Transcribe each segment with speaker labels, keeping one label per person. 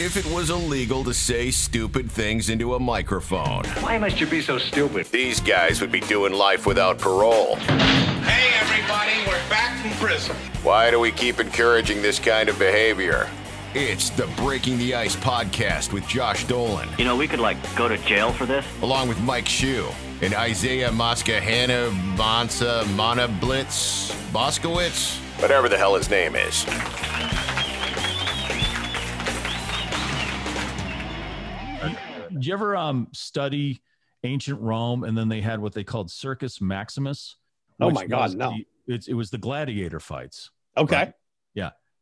Speaker 1: if it was illegal to say stupid things into a microphone.
Speaker 2: Why must you be so stupid?
Speaker 1: These guys would be doing life without parole.
Speaker 3: Hey, everybody, we're back from prison.
Speaker 1: Why do we keep encouraging this kind of behavior? It's the Breaking the Ice podcast with Josh Dolan,
Speaker 4: You know, we could like go to jail for this.
Speaker 1: along with Mike Shue and Isaiah Moscahana Bonsa Mana Blitz Boskowitz, whatever the hell his name is.
Speaker 5: Did you ever um study ancient Rome and then they had what they called Circus Maximus?
Speaker 6: Oh
Speaker 5: which
Speaker 6: my God,
Speaker 5: was
Speaker 6: no.
Speaker 5: the- it's, it was the gladiator fights.
Speaker 6: Okay.
Speaker 5: Right.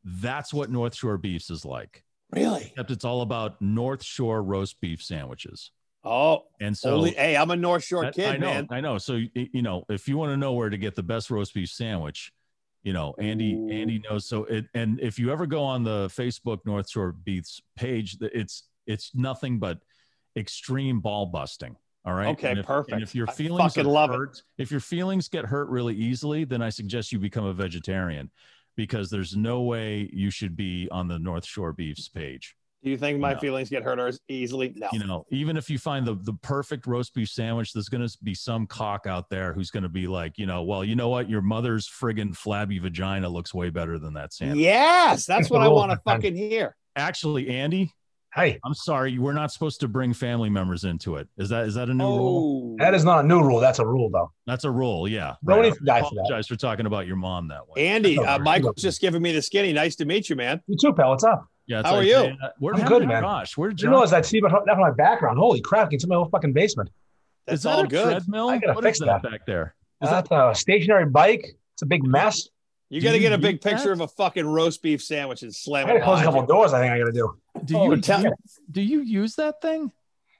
Speaker 5: That's what North Shore Beefs is like,
Speaker 6: Really?
Speaker 5: except it's all about North Shore roast beef sandwiches.
Speaker 6: Oh,
Speaker 5: And so,
Speaker 6: only, hey, I'm a North Shore
Speaker 5: I,
Speaker 6: kid,
Speaker 5: I know,
Speaker 6: man.
Speaker 5: I know. So, y- you know, if you want to know where to get the best roast beef sandwich, you know, Andy,
Speaker 6: Ooh.
Speaker 5: Andy knows. So, it, and if you ever go on the Facebook North Shore Beefs page, the- it's, it's nothing but extreme ball busting. All right.
Speaker 6: Okay,
Speaker 5: And if-
Speaker 6: perfect.
Speaker 5: And if your
Speaker 6: I
Speaker 5: feelings
Speaker 6: fucking
Speaker 5: are
Speaker 6: love it.
Speaker 5: hurt, if your feelings get hurt really easily, then I suggest you become a vegetarian because there's no way you should be on the North Shore Beefs page.
Speaker 6: Do you think my
Speaker 5: No.
Speaker 6: feelings get hurt as easily? No.
Speaker 5: You know, even if you find the the perfect roast beef sandwich, there's going to be some cock out there who's going to be like, you know, well, you know what, your mother's friggin' flabby vagina looks way better than that sandwich.
Speaker 6: yes, that's what I
Speaker 7: Oh,
Speaker 6: want to
Speaker 7: man.
Speaker 6: fucking hear.
Speaker 5: Actually, Andy,
Speaker 7: Hey,
Speaker 5: I'm sorry, we're not supposed to bring family members into it. Is that is that a new rule?
Speaker 6: Oh,
Speaker 7: that is not a new rule. That's a rule, though.
Speaker 5: That's a rule. Yeah.
Speaker 7: No
Speaker 5: Right.
Speaker 7: need to die for that.
Speaker 5: apologize for talking about your mom that way.
Speaker 6: Andy,
Speaker 7: That's all
Speaker 6: uh,
Speaker 7: right.
Speaker 6: Michael's just giving me the skinny. Nice to meet you, man.
Speaker 7: You too, pal. What's up?
Speaker 5: Yeah. it's
Speaker 6: How are
Speaker 5: like,
Speaker 6: you?
Speaker 5: man, Where
Speaker 7: I'm
Speaker 5: how
Speaker 7: good,
Speaker 5: did
Speaker 7: man.
Speaker 5: Josh? Where did
Speaker 7: Did you
Speaker 5: Josh-
Speaker 7: realize I see that from my background? Holy crap! It's in my whole fucking basement.
Speaker 6: That's
Speaker 5: is that
Speaker 6: all
Speaker 5: a
Speaker 6: good.
Speaker 5: treadmill?
Speaker 7: I gotta
Speaker 5: What
Speaker 7: fix
Speaker 5: is that
Speaker 7: that.
Speaker 5: back there? Is
Speaker 7: That's a stationary bike. It's a big mess.
Speaker 6: You
Speaker 5: Do
Speaker 6: got to
Speaker 5: you
Speaker 6: get a
Speaker 5: need
Speaker 6: big picture
Speaker 5: that?
Speaker 6: of a fucking roast beef sandwich and
Speaker 7: I
Speaker 6: slam
Speaker 7: gotta
Speaker 6: it.
Speaker 7: close a
Speaker 6: behind
Speaker 7: couple
Speaker 6: you.
Speaker 7: doors. I think I gotta do.
Speaker 5: Do
Speaker 7: Oh,
Speaker 5: you, do
Speaker 6: tell-
Speaker 5: you do you use that thing?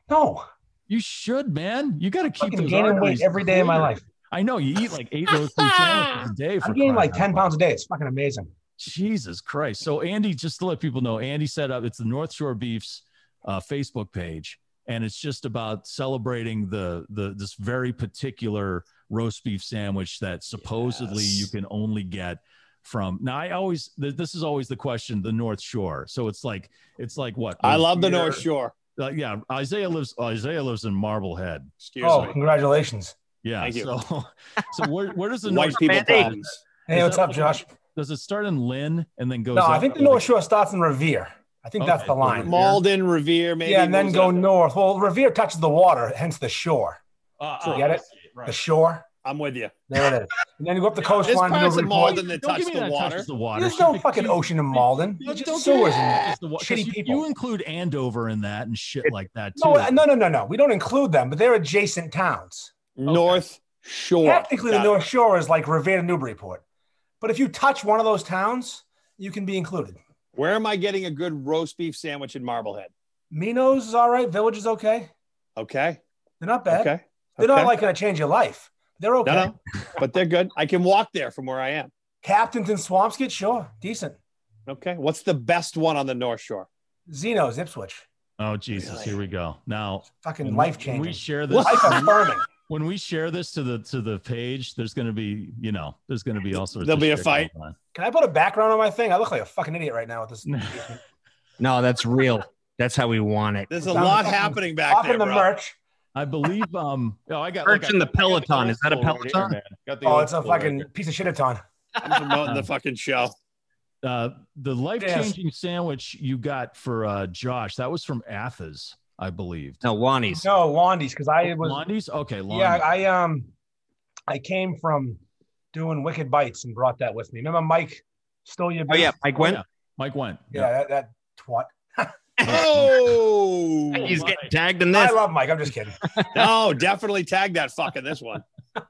Speaker 7: No,
Speaker 5: You should, man. You got to keep
Speaker 7: fucking
Speaker 5: those
Speaker 7: gaining weight
Speaker 5: arteries
Speaker 7: every day of my
Speaker 5: clear.
Speaker 7: life.
Speaker 5: I know you eat like eight roast beef sandwiches a day. For
Speaker 7: I'm gaining like
Speaker 5: crying out
Speaker 7: ten
Speaker 5: loud.
Speaker 7: pounds a day. It's fucking amazing.
Speaker 5: Jesus Christ! So Andy, just to let people know, Andy set up it's the North Shore Beefs uh, Facebook page, and it's just about celebrating the the this very particular roast beef sandwich that supposedly
Speaker 6: Yes.
Speaker 5: you can only get from. Now I always th- this is always the question, the North Shore. So it's like it's like what
Speaker 6: I love the
Speaker 5: Revere-
Speaker 6: North Shore.
Speaker 5: Uh, yeah, Isaiah lives Isaiah lives in Marblehead.
Speaker 6: Excuse
Speaker 7: Oh,
Speaker 6: me.
Speaker 7: congratulations.
Speaker 5: Yeah.
Speaker 6: Thank you.
Speaker 5: So so where where does the
Speaker 6: White
Speaker 5: North
Speaker 6: people
Speaker 4: Mandy.
Speaker 6: problems.
Speaker 7: Hey,
Speaker 5: Is
Speaker 7: what's
Speaker 5: that
Speaker 7: up,
Speaker 5: like-
Speaker 7: Josh?
Speaker 5: Does it start in Lynn and then goes?
Speaker 7: No, I
Speaker 5: up?
Speaker 7: think the North Shore starts in Revere. I think that's
Speaker 5: Okay,
Speaker 7: the
Speaker 5: so
Speaker 7: line.
Speaker 6: Malden, Revere, maybe.
Speaker 7: Yeah, and then
Speaker 6: moves
Speaker 7: go
Speaker 6: up there.
Speaker 7: north. Well, Revere touches the water, hence the shore.
Speaker 5: Uh,
Speaker 7: Sure.
Speaker 5: uh,
Speaker 7: Get it?
Speaker 5: right.
Speaker 7: The shore.
Speaker 6: I'm with you.
Speaker 7: There it is. And then you go up the
Speaker 6: This
Speaker 7: coastline. and
Speaker 6: part's
Speaker 7: go
Speaker 6: in
Speaker 7: to
Speaker 6: Malden that
Speaker 5: Don't
Speaker 6: touch
Speaker 5: give me
Speaker 6: the
Speaker 5: that
Speaker 6: water.
Speaker 5: touches the water.
Speaker 7: There's
Speaker 5: She
Speaker 7: no
Speaker 5: picked-
Speaker 7: fucking
Speaker 5: you-
Speaker 7: ocean in Malden.
Speaker 5: you
Speaker 7: It's
Speaker 5: don't
Speaker 7: just sewers
Speaker 5: get
Speaker 7: and
Speaker 5: touches the wa- 'cause
Speaker 7: shitty
Speaker 5: you,
Speaker 7: people.
Speaker 5: you include Andover in that and shit like that too.
Speaker 7: No, no, no, no, no. We don't include them, but they're adjacent towns.
Speaker 6: North Shore.
Speaker 7: Technically, the
Speaker 6: Got it.
Speaker 7: North Shore is like Revere to Newburyport. But if you touch one of those towns, you can be included.
Speaker 6: Where am I getting a good roast beef sandwich in Marblehead?
Speaker 7: Minos is all right. Village is okay.
Speaker 6: Okay.
Speaker 7: They're not bad.
Speaker 6: Okay. okay.
Speaker 7: They're not like going to change your life. They're okay.
Speaker 6: no, no, but they're good. I can walk there from where I am.
Speaker 7: Captain's and Swampskit, sure. Decent.
Speaker 6: Okay. What's the best one on the North Shore?
Speaker 7: Zeno's, Ipswich.
Speaker 5: Oh Jesus,
Speaker 6: Really?
Speaker 5: here we go. Now
Speaker 7: Fucking
Speaker 5: when we-
Speaker 7: life
Speaker 5: When we
Speaker 7: changing.
Speaker 5: share this,
Speaker 7: Life affirming.
Speaker 5: when we share this to the to the page, there's going to be you know there's going to be all sorts.
Speaker 6: There'll
Speaker 5: of
Speaker 6: be a
Speaker 5: shit
Speaker 6: fight.
Speaker 5: going on.
Speaker 7: Can I put a background on my thing? I look like a fucking idiot right now with this.
Speaker 8: No, that's real. That's how we want it.
Speaker 6: There's a
Speaker 7: Down
Speaker 6: lot
Speaker 7: fucking-
Speaker 6: happening back
Speaker 7: Off
Speaker 6: there,
Speaker 7: in the
Speaker 6: bro.
Speaker 7: merch.
Speaker 5: I believe. Um. Oh, I got.
Speaker 8: Perch
Speaker 5: look, I-
Speaker 8: in the
Speaker 5: I got old
Speaker 8: Peloton. Is that a
Speaker 5: school right here,
Speaker 8: Peloton?
Speaker 5: man. Got the
Speaker 7: Oh,
Speaker 5: old
Speaker 7: it's a
Speaker 5: school right
Speaker 7: fucking
Speaker 5: here.
Speaker 7: piece of shit a ton.
Speaker 6: I'm promoting the fucking show.
Speaker 5: Uh, the life changing sandwich you got for uh, Josh that was from Athens, I believe.
Speaker 8: No, Lonnie's.
Speaker 7: No, Londy's, because I
Speaker 5: Oh,
Speaker 7: was.
Speaker 5: Londy's? Okay, Londy's.
Speaker 7: Yeah, I um, I came from doing Wicked Bites and brought that with me. Remember, Mike stole your.
Speaker 8: Oh yeah,
Speaker 7: booth?
Speaker 8: Mike went.
Speaker 5: Mike went.
Speaker 7: yeah, that, that twat.
Speaker 6: Oh
Speaker 8: He's
Speaker 5: Oh, my.
Speaker 8: getting tagged in
Speaker 7: I
Speaker 8: this.
Speaker 7: love Mike. I'm just kidding.
Speaker 6: no, definitely tag that fucking this one. All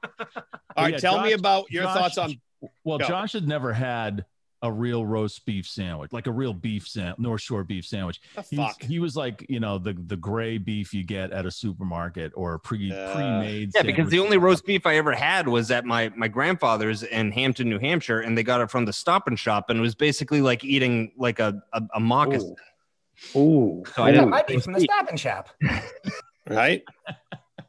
Speaker 6: right,
Speaker 5: Yeah,
Speaker 6: tell me
Speaker 5: Josh-
Speaker 6: about your
Speaker 5: Josh-
Speaker 6: thoughts on
Speaker 5: Well,
Speaker 6: Go.
Speaker 5: Josh had never had a real roast beef sandwich, like a real beef sam- North Shore beef sandwich.
Speaker 6: the
Speaker 5: He was,
Speaker 6: fuck.
Speaker 5: he was like, you know, the the gray beef you get at a supermarket or a pre
Speaker 6: Yeah.
Speaker 5: pre-made.
Speaker 8: Yeah, because the
Speaker 5: sandwich.
Speaker 8: only roast beef I ever had was at my my grandfather's in Hampton, New Hampshire, and they got it from the Stop and Shop, and it was basically like eating like a a, a moccasin.
Speaker 6: Ooh,
Speaker 8: So I
Speaker 7: I
Speaker 8: didn't.
Speaker 7: might be from the Stop and Shop.
Speaker 6: right?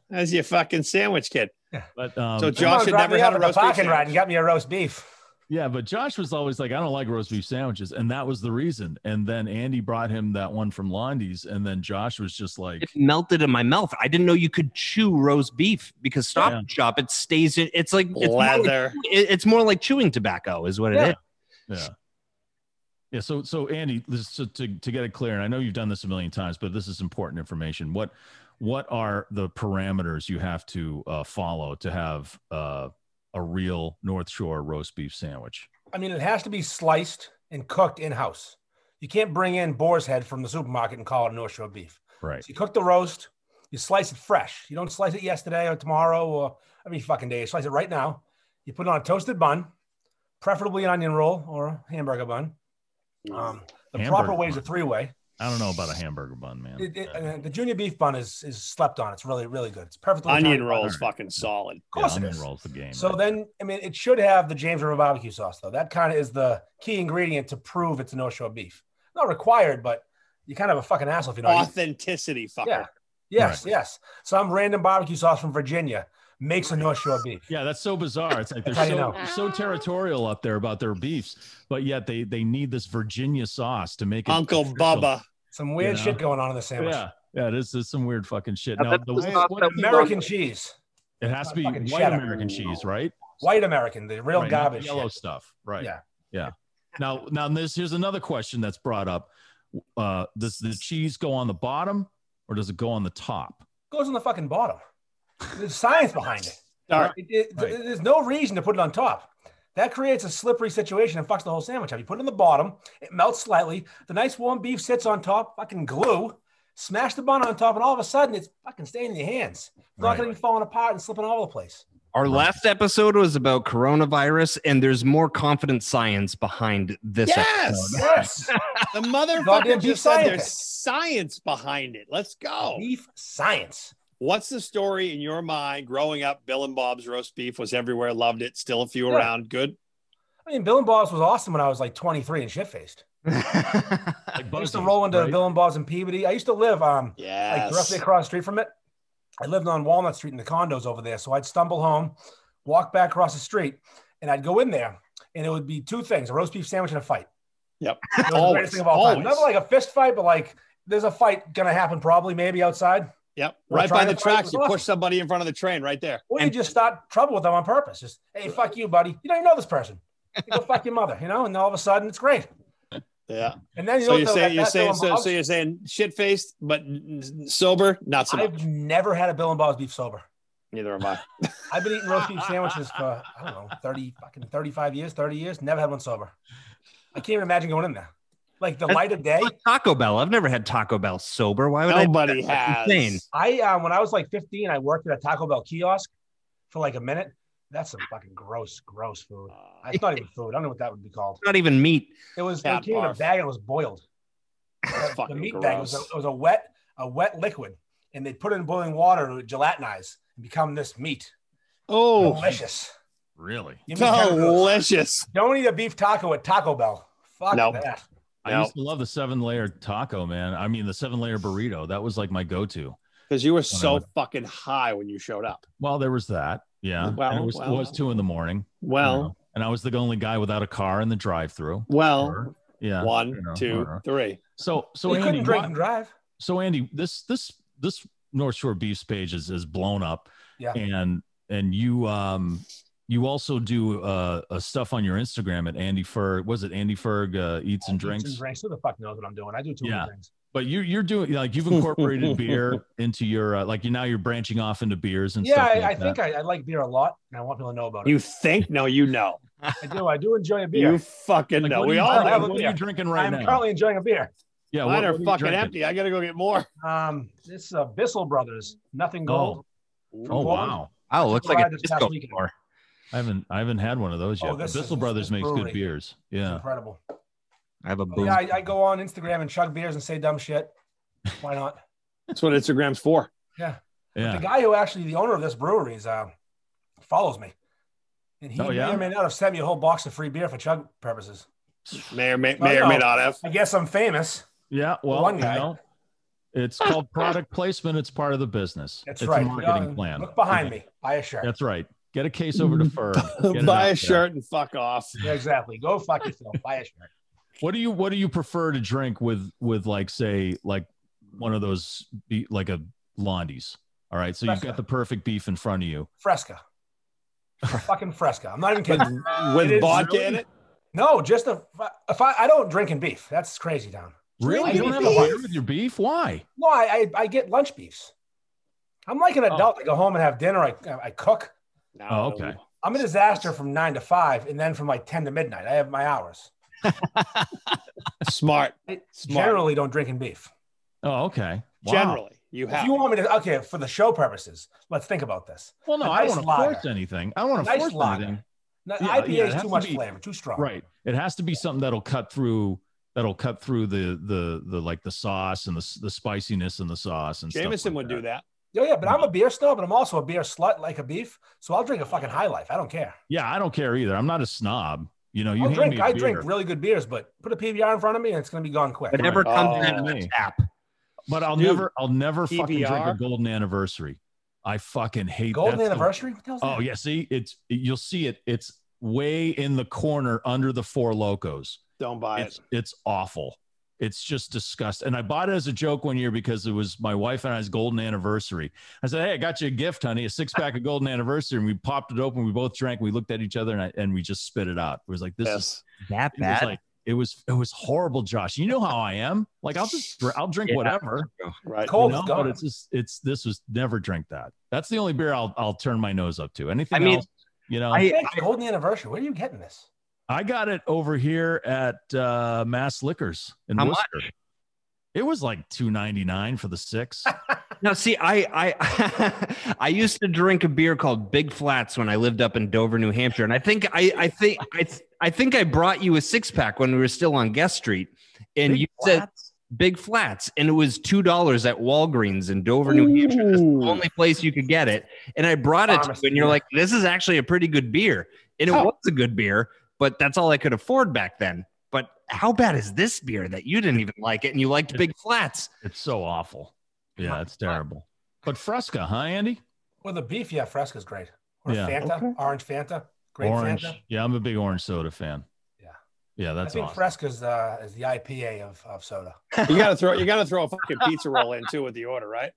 Speaker 6: That's your fucking sandwich kid.
Speaker 5: But um,
Speaker 6: So
Speaker 5: so
Speaker 6: Josh had
Speaker 7: Someone dropped
Speaker 6: never
Speaker 7: me
Speaker 6: had
Speaker 7: off
Speaker 6: a
Speaker 7: at the
Speaker 6: roast beef
Speaker 7: parking lot
Speaker 6: sandwich.
Speaker 7: and got me a roast beef.
Speaker 5: Yeah, but Josh was always like, I don't like roast beef sandwiches. And that was the reason. And then Andy brought him that one from Londy's. And then Josh was just like,
Speaker 8: It melted in my mouth. I didn't know you could chew roast beef because Stop
Speaker 5: Yeah.
Speaker 8: and Shop it stays in. It's like it's more like,
Speaker 6: Leather.
Speaker 8: it- it's more like chewing tobacco is what
Speaker 5: Yeah.
Speaker 8: it is.
Speaker 5: Yeah. Yeah. So, so Andy, this, so to, to get it clear, and I know you've done this a million times, but this is important information. What, what are the parameters you have to uh, follow to have uh, a real North Shore roast beef sandwich?
Speaker 7: I mean, it has to be sliced and cooked in house. You can't bring in boar's head from the supermarket and call it North Shore beef.
Speaker 5: Right.
Speaker 7: So you cook the roast, you slice it fresh. You don't slice it yesterday or tomorrow or every fucking day. You slice it right now. You put it on a toasted bun, preferably an onion roll or a hamburger bun. Um, the proper
Speaker 5: Hamburger
Speaker 7: way is a
Speaker 5: bun.
Speaker 7: three way.
Speaker 5: I don't know about a hamburger bun, man.
Speaker 7: It- it- and the junior beef bun is is slept on. It's really really good. It's perfect. little
Speaker 6: Onion
Speaker 7: tiny bun.
Speaker 6: rolls, fucking solid.
Speaker 7: Of course it
Speaker 5: onion
Speaker 7: is.
Speaker 5: rolls the game.
Speaker 7: So
Speaker 5: right?
Speaker 7: then, I mean, it should have the James River barbecue sauce, though. That kind of is the key ingredient to prove it's a North Shore beef. Not required, but you kind of a fucking asshole if you don't. eat it.
Speaker 6: Authenticity, fucker.
Speaker 7: Yeah. Yes, yes. Some random barbecue sauce from Virginia makes a North Shore beef.
Speaker 5: Yeah, that's so bizarre. It's like they're
Speaker 7: That's how you
Speaker 5: so,
Speaker 7: know.
Speaker 5: they're so territorial up there about their beefs, but yet they they need this Virginia sauce to make it
Speaker 6: Uncle
Speaker 5: official.
Speaker 6: Bubba.
Speaker 7: Some weird
Speaker 5: You know?
Speaker 7: shit going on in the sandwich.
Speaker 5: Yeah, yeah, this is some weird fucking shit.
Speaker 4: Now,
Speaker 5: Now,
Speaker 4: that's
Speaker 5: the
Speaker 4: the
Speaker 5: way-
Speaker 4: sauce
Speaker 5: what-
Speaker 4: that we
Speaker 7: American cheese,
Speaker 5: it has to be
Speaker 7: fucking
Speaker 5: white
Speaker 7: cheddar.
Speaker 5: American cheese, right?
Speaker 7: white American, the real
Speaker 5: Right, not
Speaker 7: garbage.
Speaker 5: yellow
Speaker 7: shit.
Speaker 5: stuff, right?
Speaker 7: Yeah.
Speaker 5: yeah. Now, now this here's another question that's brought up: uh, Does the cheese go on the bottom or does it go on the top?
Speaker 7: Goes on the fucking bottom. There's science behind it.
Speaker 6: All right.
Speaker 7: It- it-
Speaker 5: Right.
Speaker 7: There's no reason to put it on top. That creates a slippery situation and fucks the whole sandwich up. You put it on the bottom, it melts slightly. The nice warm beef sits on top, fucking glue, smash the bun on top, and all of a sudden it's fucking staying in your hands. It's not
Speaker 5: Right.
Speaker 7: going to be falling apart and slipping all over the place.
Speaker 8: Our last episode was about coronavirus, and there's more confident science behind this.
Speaker 6: Yes.
Speaker 7: Yes.
Speaker 6: The motherfucker
Speaker 7: Goddamn beef
Speaker 6: just said there's
Speaker 7: scientist.
Speaker 6: science behind it. Let's go.
Speaker 7: beef science.
Speaker 6: What's the story in your mind growing up? Bill and Bob's roast beef was everywhere, loved it. Still a few
Speaker 7: Yeah.
Speaker 6: around. Good.
Speaker 7: I mean, Bill and Bob's was awesome when I was like 23 and shit faced.
Speaker 8: episode.
Speaker 5: Like
Speaker 7: I used to
Speaker 5: Buzzies,
Speaker 7: roll into
Speaker 5: right?
Speaker 7: Bill and Bob's in Peabody. I used to live um, like
Speaker 6: Yes.
Speaker 7: directly across the street from it. I lived on Walnut Street in the condos over there. So I'd stumble home, walk back across the street, and I'd go in there. And it would be two things a roast beef sandwich and a fight.
Speaker 6: Yep.
Speaker 7: It was the
Speaker 6: Always,
Speaker 7: greatest thing of all time.
Speaker 6: always.
Speaker 7: Never like a fist fight, but like there's a fight going to happen probably, maybe outside.
Speaker 6: Yep.
Speaker 7: We're
Speaker 6: Right by
Speaker 7: trying
Speaker 6: the
Speaker 7: to find
Speaker 6: tracks.
Speaker 7: the
Speaker 6: You
Speaker 7: sauce.
Speaker 6: push somebody in front of the train right there.
Speaker 7: Or
Speaker 8: And-
Speaker 7: you just start trouble with them on purpose. Just, hey, fuck you, buddy. You don't even know this person. You go fuck your mother, you know? And all of a sudden it's great.
Speaker 6: Yeah.
Speaker 7: And then you
Speaker 6: So
Speaker 7: know
Speaker 6: you're
Speaker 7: that-
Speaker 6: saying you're
Speaker 7: that
Speaker 6: saying
Speaker 7: Bill and
Speaker 6: so, so
Speaker 7: Bob's-
Speaker 6: you're saying shit faced, but n- n- sober, not so much.
Speaker 7: I've never had a Bill and Bob's beef sober.
Speaker 6: Neither am I.
Speaker 7: I've been eating roast beef sandwiches for I don't know, 30 fucking 35 years, 30 years, never had one sober. I can't even imagine going in there. Like the light of day,
Speaker 8: Taco Bell. I've never had Taco Bell sober. Why would
Speaker 6: Nobody
Speaker 8: I? That's
Speaker 6: has.
Speaker 8: insane.
Speaker 7: I uh, when I was like 15, I worked at a Taco Bell kiosk for like a minute. That's some fucking gross, gross food.
Speaker 6: Uh,
Speaker 7: It's not even food. I don't know what that would be called.
Speaker 8: It's not even meat.
Speaker 7: It was
Speaker 6: Yeah,
Speaker 7: it came in a
Speaker 6: barf.
Speaker 7: bag and it was boiled. the
Speaker 6: fucking
Speaker 7: meat bag was a,
Speaker 6: gross.
Speaker 7: it was a wet a wet liquid, and they put it in boiling water to gelatinize and become this meat.
Speaker 6: Oh,
Speaker 7: Delicious.
Speaker 5: Really?
Speaker 7: Give me ten of those.
Speaker 6: delicious.
Speaker 7: Don't eat a beef taco at Taco Bell. Fuck
Speaker 6: No.
Speaker 7: that.
Speaker 5: I used to love the seven layer taco, man. I mean, the seven layer burrito. That was like my go to.
Speaker 6: Because you were
Speaker 5: I
Speaker 6: so fucking high when you showed up.
Speaker 5: Well, there was that. Yeah.
Speaker 6: Well,
Speaker 5: and it was, it
Speaker 6: well.
Speaker 5: was two in the morning. you
Speaker 6: Well,
Speaker 5: know, and I was the only guy without a car in the drive through.
Speaker 6: well,
Speaker 5: Yeah.
Speaker 6: one,
Speaker 5: you know,
Speaker 6: two,
Speaker 5: whatever.
Speaker 6: three.
Speaker 5: So, so
Speaker 7: you
Speaker 5: Andy,
Speaker 7: couldn't drink
Speaker 5: why-
Speaker 7: and drive.
Speaker 5: so Andy, this, this, this North Shore Beefs page is, is blown up.
Speaker 7: Yeah.
Speaker 5: And, and you, um, you also do uh, uh stuff on your Instagram at Andy Ferg. Was it Andy Ferg uh, eats and drinks?
Speaker 7: Who the fuck knows what I'm doing? I do too
Speaker 5: Yeah.
Speaker 7: many things.
Speaker 5: But you you're doing like you've incorporated beer into your uh, like you now you're branching off into beers and
Speaker 7: Yeah,
Speaker 5: stuff.
Speaker 7: I,
Speaker 5: like
Speaker 7: I
Speaker 5: that.
Speaker 7: think I, I like beer a lot, and I want people to know about it.
Speaker 6: You think? No, you know.
Speaker 7: I do. I do enjoy a
Speaker 6: You
Speaker 7: beer.
Speaker 6: fucking
Speaker 5: Like,
Speaker 6: know.
Speaker 5: what are
Speaker 6: We
Speaker 5: you-
Speaker 6: all
Speaker 5: what
Speaker 7: have
Speaker 5: are
Speaker 7: a
Speaker 6: know.
Speaker 5: you
Speaker 7: beer.
Speaker 5: drinking right
Speaker 7: I'm
Speaker 5: now?
Speaker 7: currently enjoying a beer.
Speaker 5: yeah,
Speaker 6: Mine
Speaker 5: what-
Speaker 6: are
Speaker 5: what you
Speaker 6: fucking
Speaker 5: drinking?
Speaker 6: empty. I gotta go get more.
Speaker 7: Um, this is uh, Bissell Brothers, nothing gold. from
Speaker 5: Oh
Speaker 7: Poland.
Speaker 5: wow,
Speaker 8: Oh, looks like
Speaker 7: Tried
Speaker 8: a
Speaker 7: this past
Speaker 8: disco
Speaker 7: weekend.
Speaker 8: floor.
Speaker 5: I haven't I haven't had one of those
Speaker 7: Oh,
Speaker 5: yet.
Speaker 7: this
Speaker 5: the
Speaker 7: is-
Speaker 5: Bissell Brothers
Speaker 7: this
Speaker 5: makes good
Speaker 7: brewery.
Speaker 5: beers.
Speaker 7: It's
Speaker 5: Yeah,
Speaker 7: incredible.
Speaker 8: I have a
Speaker 7: But
Speaker 8: boom.
Speaker 7: yeah, I, I go on Instagram and chug beers and say dumb shit. Why not?
Speaker 6: That's what Instagram's for.
Speaker 7: The
Speaker 5: yeah.
Speaker 7: guy who actually the owner of this brewery is uh, follows me, and he
Speaker 5: Oh, yeah?
Speaker 7: may or may not have sent me a whole box of free beer for chug purposes.
Speaker 6: May or may,
Speaker 7: Well,
Speaker 6: may, or may
Speaker 7: no.
Speaker 6: not have.
Speaker 7: I guess I'm famous.
Speaker 5: Yeah, well,
Speaker 7: one
Speaker 5: you
Speaker 7: guy.
Speaker 5: know, it's called product placement. It's part of the business.
Speaker 7: That's
Speaker 5: it's
Speaker 7: right.
Speaker 5: A marketing
Speaker 7: Uh,
Speaker 5: plan.
Speaker 7: Look behind me. Buy a shirt.
Speaker 5: That's right. Get a case over to Ferb. Get it out
Speaker 6: Buy
Speaker 5: there.
Speaker 6: a shirt and fuck off.
Speaker 7: Yeah, exactly. Go fuck yourself. Buy a shirt.
Speaker 5: What do you What do you prefer to drink with with like say like one of those be- like a Blondies? All right, so you've got the perfect beef in front of you.
Speaker 7: Fresca. Fucking Fresca. I'm not even
Speaker 6: With,
Speaker 7: kidding. It
Speaker 6: with
Speaker 7: is
Speaker 6: vodka
Speaker 7: really-
Speaker 6: in it?
Speaker 7: No, just a. If I, I don't drink in beef, that's crazy down.
Speaker 5: Really, you don't have a beer with your beef? Why?
Speaker 7: No, I, I I get lunch beefs. I'm like an adult. I go home and have dinner. I I cook.
Speaker 6: No.
Speaker 5: Oh, okay.
Speaker 7: I'm a disaster from nine to five, and then from like ten to midnight. I have my hours.
Speaker 6: Smart.
Speaker 7: I
Speaker 6: Smart.
Speaker 7: generally don't drink in beef.
Speaker 5: Oh, okay. Wow.
Speaker 6: Generally, you
Speaker 7: If
Speaker 6: have.
Speaker 7: you want me to, okay, for the show purposes, let's think about this.
Speaker 5: Well, no,
Speaker 7: A
Speaker 5: I
Speaker 7: nice
Speaker 5: don't want to
Speaker 7: lager.
Speaker 5: force anything. I don't want to
Speaker 7: Nice
Speaker 5: force
Speaker 7: lager.
Speaker 5: anything.
Speaker 7: Now,
Speaker 5: Yeah,
Speaker 7: IPA
Speaker 5: yeah, it
Speaker 7: is
Speaker 5: has
Speaker 7: too
Speaker 5: to
Speaker 7: much
Speaker 5: be-
Speaker 7: flavor, too strong.
Speaker 5: Right. It has to be something that'll cut through. That'll cut through the the the like the sauce and the the spiciness in the sauce and. stuff
Speaker 6: Jameson
Speaker 5: like
Speaker 6: would do that.
Speaker 7: Oh yeah, but I'm a beer snob, but I'm also a beer slut, like a beef. So I'll drink a fucking high life. I don't care.
Speaker 5: Yeah, I don't care either. I'm not a snob. You know, you
Speaker 7: I'll
Speaker 5: hand
Speaker 7: drink.
Speaker 5: me a
Speaker 7: I
Speaker 5: beer.
Speaker 7: drink really good beers, but put a PBR in front of me and it's gonna be gone quick.
Speaker 8: It never
Speaker 6: Oh.
Speaker 8: comes out of the tap.
Speaker 5: But I'll
Speaker 6: Dude,
Speaker 5: never, I'll never fucking drink a
Speaker 6: PBR?
Speaker 5: golden anniversary. I fucking hate
Speaker 7: Golden
Speaker 5: that's the-
Speaker 7: anniversary. What the hell's
Speaker 5: oh
Speaker 7: that?
Speaker 5: yeah, see, it's you'll see it. It's way in the corner under the four locos.
Speaker 6: Don't buy it.
Speaker 5: It's it's awful. It's just disgusting. And I bought it as a joke one year because it was my wife and I's golden anniversary. I said, "Hey, I got you a gift, honey, a six pack of golden anniversary." And we popped it open. We both drank. We looked at each other and I, and we just spit it out. It was like this is
Speaker 6: Yes.
Speaker 8: That
Speaker 5: it was like it was it was horrible, Josh. You know how I am. Like I'll just dr- I'll drink
Speaker 8: Yeah. Oh,
Speaker 5: whatever.
Speaker 6: Right.
Speaker 5: You
Speaker 7: Cold
Speaker 5: know,
Speaker 7: is
Speaker 5: but
Speaker 7: gone.
Speaker 5: it's just it's this was never drink that. That's the only beer I'll I'll turn my nose up to. Anything
Speaker 8: I mean,
Speaker 5: else, you know. I,
Speaker 8: I,
Speaker 7: Thanks, Golden anniversary. Where are you getting this?
Speaker 5: got it over here at uh Mass Liquors in
Speaker 8: How
Speaker 5: Worcester. It was like two ninety nine for the six.
Speaker 8: Now, see, I I I used to drink a beer called Big Flats when I lived up in Dover, New Hampshire, and I think I I think I I think I brought you a six pack when we were still on Guest Street, and
Speaker 5: Big
Speaker 8: you said Big Flats, and it was two dollars at Walgreens in Dover, New Hampshire, That's the
Speaker 6: Ooh.
Speaker 8: only place you could get it. And I brought it, to you,
Speaker 7: Pharmacy,
Speaker 8: and you're
Speaker 7: yeah.
Speaker 8: like, "This is actually a pretty good beer," and it was a good beer, but that's all I could afford back then. But how bad is this beer that you didn't even like it, and you liked Big Flats?
Speaker 5: it's so awful. Yeah, it's terrible. But Fresca, huh, Andy?
Speaker 7: Well, the beef, yeah, Fresca's great. Or
Speaker 5: Yeah.
Speaker 7: Fanta, orange Fanta, great
Speaker 5: orange.
Speaker 7: Fanta.
Speaker 5: Yeah, I'm a big orange soda fan.
Speaker 7: Yeah.
Speaker 5: Yeah,
Speaker 7: I
Speaker 5: that's
Speaker 7: think
Speaker 5: awesome.
Speaker 7: Fresca's uh, is the IPA of, of soda.
Speaker 6: You gotta throw you gotta throw a fucking pizza roll in too with the order, right?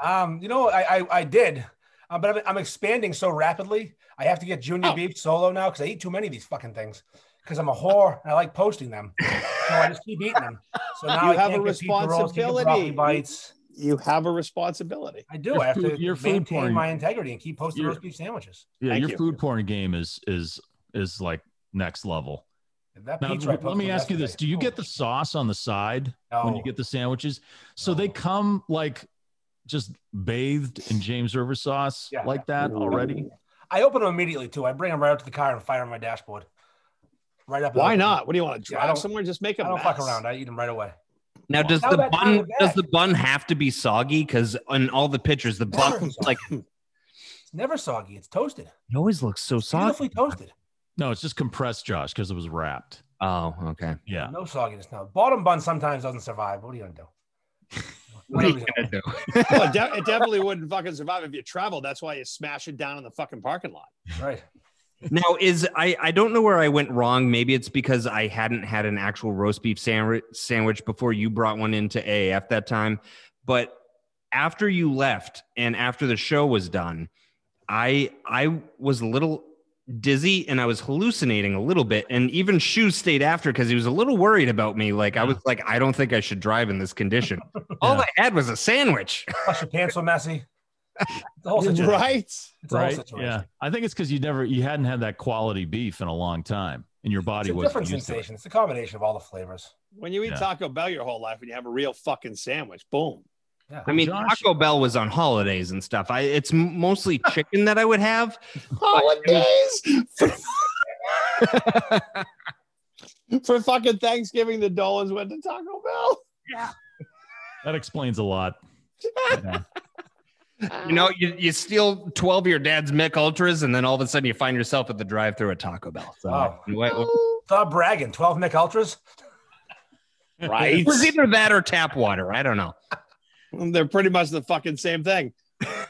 Speaker 7: Um, you know, I I, I did, uh, but I'm, I'm expanding so rapidly. I have to get Junior Beef solo now because I eat too many of these fucking things. Because I'm a whore and I like posting them, so I just keep eating them. So now
Speaker 6: You
Speaker 7: I
Speaker 6: have
Speaker 7: can't
Speaker 6: a
Speaker 7: get pizza rolls, can't get broccoli
Speaker 6: responsibility.
Speaker 7: bites.
Speaker 6: You have a responsibility.
Speaker 7: I do.
Speaker 5: Your
Speaker 7: I have
Speaker 5: food-
Speaker 7: to
Speaker 5: your food
Speaker 7: maintain
Speaker 5: porn-
Speaker 7: my integrity and keep posting
Speaker 5: your-
Speaker 7: roast beef sandwiches.
Speaker 5: Yeah,
Speaker 6: Thank
Speaker 5: your
Speaker 6: you.
Speaker 5: food porn game is is is like next level.
Speaker 7: That
Speaker 5: Now,
Speaker 7: pizza I
Speaker 5: let
Speaker 7: posted
Speaker 5: me ask you this:
Speaker 7: yesterday.
Speaker 5: Do you get the sauce on the side
Speaker 7: oh. no.
Speaker 5: when you get the sandwiches? So they
Speaker 7: No.
Speaker 5: come like just bathed in James River sauce
Speaker 7: Yeah.
Speaker 5: like that already.
Speaker 7: I open them immediately too. I bring them right up to the car and fire 'em on my dashboard. Right up. and
Speaker 6: Why
Speaker 7: open 'em.
Speaker 6: not? What do you want to
Speaker 7: Yeah, I
Speaker 6: drive
Speaker 7: don't-
Speaker 6: somewhere? Just make a
Speaker 7: I don't
Speaker 6: mess.
Speaker 7: fuck around. I eat them right away.
Speaker 8: Now, does
Speaker 7: Now
Speaker 8: the
Speaker 7: that's out
Speaker 8: bun
Speaker 7: of the
Speaker 8: does
Speaker 7: bag.
Speaker 8: the bun have to be soggy? Because on all the pictures, the bun
Speaker 7: Never
Speaker 8: looks like
Speaker 7: It's never soggy. It's toasted.
Speaker 8: it always looks so
Speaker 7: Beautifully
Speaker 8: soggy.
Speaker 7: toasted.
Speaker 5: No, it's just compressed, Josh, because it was wrapped.
Speaker 8: Oh, okay.
Speaker 5: Yeah,
Speaker 7: No sogginess now. Bottom bun sometimes doesn't survive. But what are you gonna do?
Speaker 8: What are you
Speaker 7: Whatever's gonna-
Speaker 8: gonna do?
Speaker 6: Well, it, de- it definitely wouldn't fucking survive if you traveled. That's why you smash it down in the fucking parking lot.
Speaker 7: right.
Speaker 8: now is I I don't know where I went wrong. Maybe it's because I hadn't had an actual roast beef sandwich sandwich before you brought one into AAF that time. But after you left and after the show was done, I I was a little dizzy and I was hallucinating a little bit. And even Shu stayed after because he was a little worried about me. Like I was like, I don't think I should drive in this condition. All I had was a sandwich.
Speaker 7: Plus your pants so messy. It's a whole situation.
Speaker 6: Right?
Speaker 7: It's a whole
Speaker 5: right.
Speaker 7: situation.
Speaker 5: Yeah, I think it's because you never you hadn't had that quality beef in a long time, and your
Speaker 7: It's
Speaker 5: body
Speaker 7: a
Speaker 5: wasn't
Speaker 7: different
Speaker 5: used to it.
Speaker 7: sensation. It's a combination of all the flavors.
Speaker 6: When you eat
Speaker 5: Yeah.
Speaker 6: Taco Bell your whole life and you have a real fucking sandwich, boom.
Speaker 7: Yeah.
Speaker 8: I mean,
Speaker 5: Josh-
Speaker 8: Taco Bell was on holidays and stuff. I it's m- mostly chicken that I would have.
Speaker 6: Holidays for fucking Thanksgiving, the dollars went to Taco Bell.
Speaker 5: That explains a lot.
Speaker 8: You know, you, you steal 12 of your dad's Mick Ultras, and then all of a sudden you find yourself at the drive through at Taco Bell. Oh. So
Speaker 7: Wow.
Speaker 8: what- what-
Speaker 7: Stop bragging. Twelve Mick Ultras.
Speaker 8: it was either that or tap water. I don't know.
Speaker 6: They're pretty much the fucking same thing.
Speaker 7: I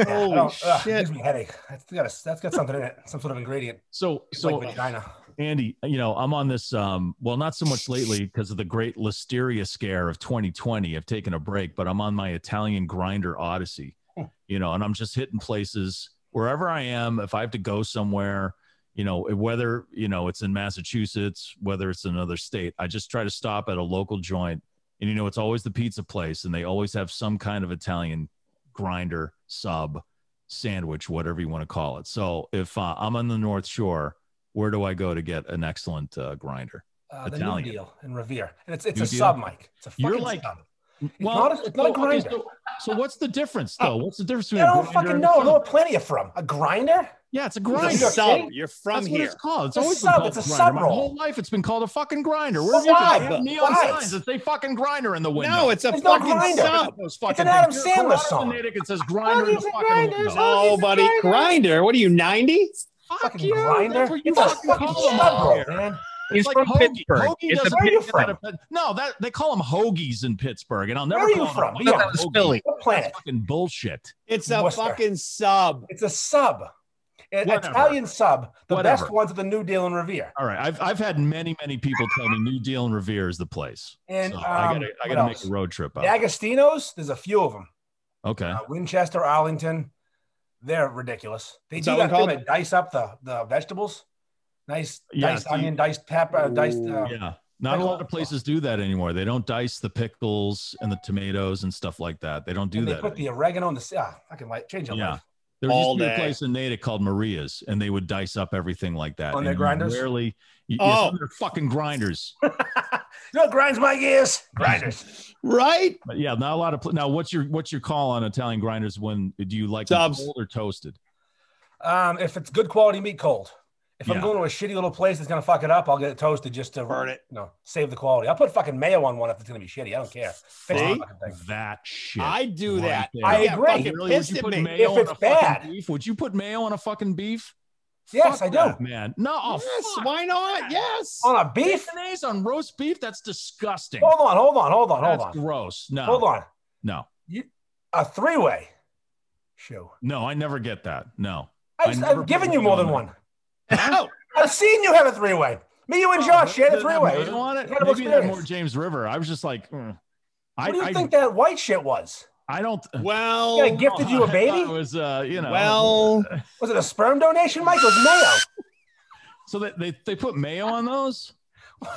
Speaker 6: Oh,
Speaker 2: Holy
Speaker 7: don't-
Speaker 6: uh,
Speaker 7: ugh,
Speaker 2: shit.
Speaker 7: Gives me a headache. That's got a, that's got something in it, some sort of ingredient.
Speaker 5: So
Speaker 7: It's
Speaker 5: so uh,
Speaker 7: like vagina.
Speaker 5: Andy, you know, I'm on this. Um, well, not so much lately because of the great listeria scare of 2020. I've taken a break, but I'm on my Italian grinder odyssey, you know, and I'm just hitting places wherever I am. If I have to go somewhere, you know, whether, you know, it's in Massachusetts, whether it's another state, I just try to stop at a local joint. And, you know, it's always the pizza place and they always have some kind of Italian grinder, sub, sandwich, whatever you want to call it. So if uh, I'm on the North Shore, where do I go to get an excellent uh, grinder?
Speaker 7: Uh, the
Speaker 5: Italian.
Speaker 7: New Deal in Revere, and it's it's
Speaker 5: New
Speaker 7: a
Speaker 5: Deal?
Speaker 7: sub, Mike. It's a fucking
Speaker 5: You're like-
Speaker 7: sub. It's not a- it's not a
Speaker 5: so- okay,
Speaker 7: grinder. Oh,
Speaker 5: so, so what's the difference though? What's the difference between
Speaker 7: I
Speaker 5: a
Speaker 7: don't
Speaker 5: grinder
Speaker 7: fucking
Speaker 5: and a
Speaker 7: know. I know
Speaker 5: sub?
Speaker 7: what planet you're from. A grinder?
Speaker 5: Yeah, it's a
Speaker 6: It's a
Speaker 5: grinder.
Speaker 7: You're
Speaker 6: sub.
Speaker 7: kidding?
Speaker 6: You're from
Speaker 5: That's what
Speaker 6: here.
Speaker 5: it's called.
Speaker 7: It's
Speaker 5: It's
Speaker 7: a
Speaker 5: always
Speaker 7: sub.
Speaker 5: been called
Speaker 7: It's a
Speaker 5: grinder.
Speaker 7: sub
Speaker 5: My
Speaker 7: roll.
Speaker 5: whole life, it's been called a fucking grinder. Where
Speaker 7: Why?
Speaker 5: have you been? They have neon
Speaker 7: Why?
Speaker 5: signs that say fucking grinder in the window?
Speaker 2: No, it's a
Speaker 7: There's no
Speaker 2: fucking
Speaker 7: grinder.
Speaker 2: sub.
Speaker 5: Those fucking
Speaker 7: an Adam
Speaker 5: things.
Speaker 7: Sandler
Speaker 5: Colorado
Speaker 7: song.
Speaker 5: Fanatic, It says grinder in the
Speaker 7: Monkeys and
Speaker 5: fucking
Speaker 7: grinders,
Speaker 5: window.
Speaker 6: Oh, buddy, grinder. What are you, 90?
Speaker 5: Fuck
Speaker 7: Fucking
Speaker 5: you.
Speaker 7: grinder?
Speaker 5: That's what you
Speaker 7: It's a
Speaker 5: fucking
Speaker 7: fucking
Speaker 5: call them
Speaker 7: sub
Speaker 5: out
Speaker 7: roll,
Speaker 5: here.
Speaker 7: man.
Speaker 8: He's
Speaker 5: Like
Speaker 8: from
Speaker 5: hoagie.
Speaker 8: Pittsburgh.
Speaker 5: Hoagie
Speaker 8: it's a
Speaker 5: doesn't-
Speaker 7: Where are you
Speaker 5: Pittsburgh.
Speaker 7: from?
Speaker 5: No, that they call them hoagies in Pittsburgh, and I'll never.
Speaker 7: Where are
Speaker 5: call
Speaker 7: you
Speaker 5: them
Speaker 7: from?
Speaker 5: a
Speaker 7: Yeah.
Speaker 5: fucking
Speaker 8: That was
Speaker 5: hoagie.
Speaker 8: Philly.
Speaker 7: What planet?
Speaker 5: Fucking bullshit.
Speaker 6: It's a
Speaker 7: Worcester.
Speaker 6: fucking sub.
Speaker 7: It's a sub. An
Speaker 5: Whatever.
Speaker 7: Italian sub. The
Speaker 5: Whatever.
Speaker 7: best ones at the New Deal in Revere.
Speaker 5: All right, I've I've had many many people tell me New Deal and Revere is the place.
Speaker 7: And
Speaker 5: so I
Speaker 7: um,
Speaker 5: gotta I
Speaker 7: what
Speaker 5: gotta make
Speaker 7: else?
Speaker 5: a road trip out.
Speaker 7: The Agostino's. There's a few of them.
Speaker 5: okay,
Speaker 7: Uh, Winchester, Arlington. They're ridiculous. They
Speaker 6: Is
Speaker 7: do
Speaker 6: that
Speaker 7: that
Speaker 6: what
Speaker 7: thing to dice up the, the vegetables. Nice
Speaker 5: Yeah,
Speaker 7: diced
Speaker 5: see-
Speaker 7: onion, diced pepper, uh, diced. Uh,
Speaker 5: yeah. Not a lot of places do that anymore. They don't dice the pickles and the tomatoes and stuff like that. They don't do
Speaker 7: and they
Speaker 5: that.
Speaker 7: put the oregano in the. Ah, I can like change your
Speaker 5: Yeah.
Speaker 7: life.
Speaker 5: There used
Speaker 6: All
Speaker 5: to be a
Speaker 6: day.
Speaker 5: place in Natick called Maria's, and they would dice up everything like that.
Speaker 7: On their
Speaker 5: and you
Speaker 7: grinders?
Speaker 5: Rarely. You,
Speaker 6: Oh.
Speaker 5: oh, they're fucking grinders.
Speaker 7: You know what grinds my gears? Grinders.
Speaker 2: Right?
Speaker 5: But yeah, not a lot of. Pl- now, what's your what's your call on Italian grinders? When do you like them
Speaker 6: Subs.
Speaker 5: cold or toasted?
Speaker 7: um, if it's good quality meat, cold. If I'm
Speaker 5: Yeah.
Speaker 7: going to a shitty little place that's gonna fuck it up, I'll get it toasted just to
Speaker 6: Burn it.
Speaker 7: You know, save the quality. I'll put fucking mayo on one if it's gonna be shitty. I don't care. Fix the
Speaker 6: See?
Speaker 7: fucking thing.
Speaker 5: That shit.
Speaker 6: I do
Speaker 5: right
Speaker 6: that.
Speaker 5: there.
Speaker 6: I
Speaker 7: I
Speaker 6: get
Speaker 7: agree.
Speaker 6: fucking
Speaker 5: Really, would
Speaker 6: pissed
Speaker 5: you
Speaker 6: at
Speaker 5: put
Speaker 6: me.
Speaker 5: mayo
Speaker 7: If
Speaker 5: on
Speaker 7: it's
Speaker 5: a fucking
Speaker 7: bad.
Speaker 5: beef? Would you put mayo on a fucking beef?
Speaker 7: Yes,
Speaker 5: Fuck
Speaker 7: I do.
Speaker 5: that, man. No, oh,
Speaker 2: Yes,
Speaker 5: fuck.
Speaker 2: why not? Yes.
Speaker 7: On a beef?
Speaker 5: mayonnaise on roast beef? That's disgusting.
Speaker 7: Hold on, hold on, hold on, hold
Speaker 5: That's
Speaker 7: on,
Speaker 5: gross. No,
Speaker 7: hold on.
Speaker 5: no,
Speaker 7: A three-way shoe.
Speaker 5: no. I never get that. No. I
Speaker 7: I've,
Speaker 5: never
Speaker 7: I've given
Speaker 5: put
Speaker 7: you more
Speaker 5: mayo
Speaker 7: than
Speaker 5: on
Speaker 7: one.
Speaker 2: Oh,
Speaker 7: I've seen you have a three-way. Me, you,
Speaker 5: Oh,
Speaker 7: and Josh shared a
Speaker 5: Maybe
Speaker 7: three-way.
Speaker 5: they want it.
Speaker 7: Incredible
Speaker 5: Maybe they're more
Speaker 7: experience.
Speaker 5: James River. I was just like, mm. I,
Speaker 7: What do you
Speaker 5: I,
Speaker 7: think that white shit was?
Speaker 5: I don't.
Speaker 6: Well,
Speaker 7: Yeah, gifted you a
Speaker 5: I
Speaker 7: baby?
Speaker 5: thought It was, uh, you know.
Speaker 6: well,
Speaker 7: Was it a sperm donation, Mike? It was mayo.
Speaker 5: so they, they they put mayo on those.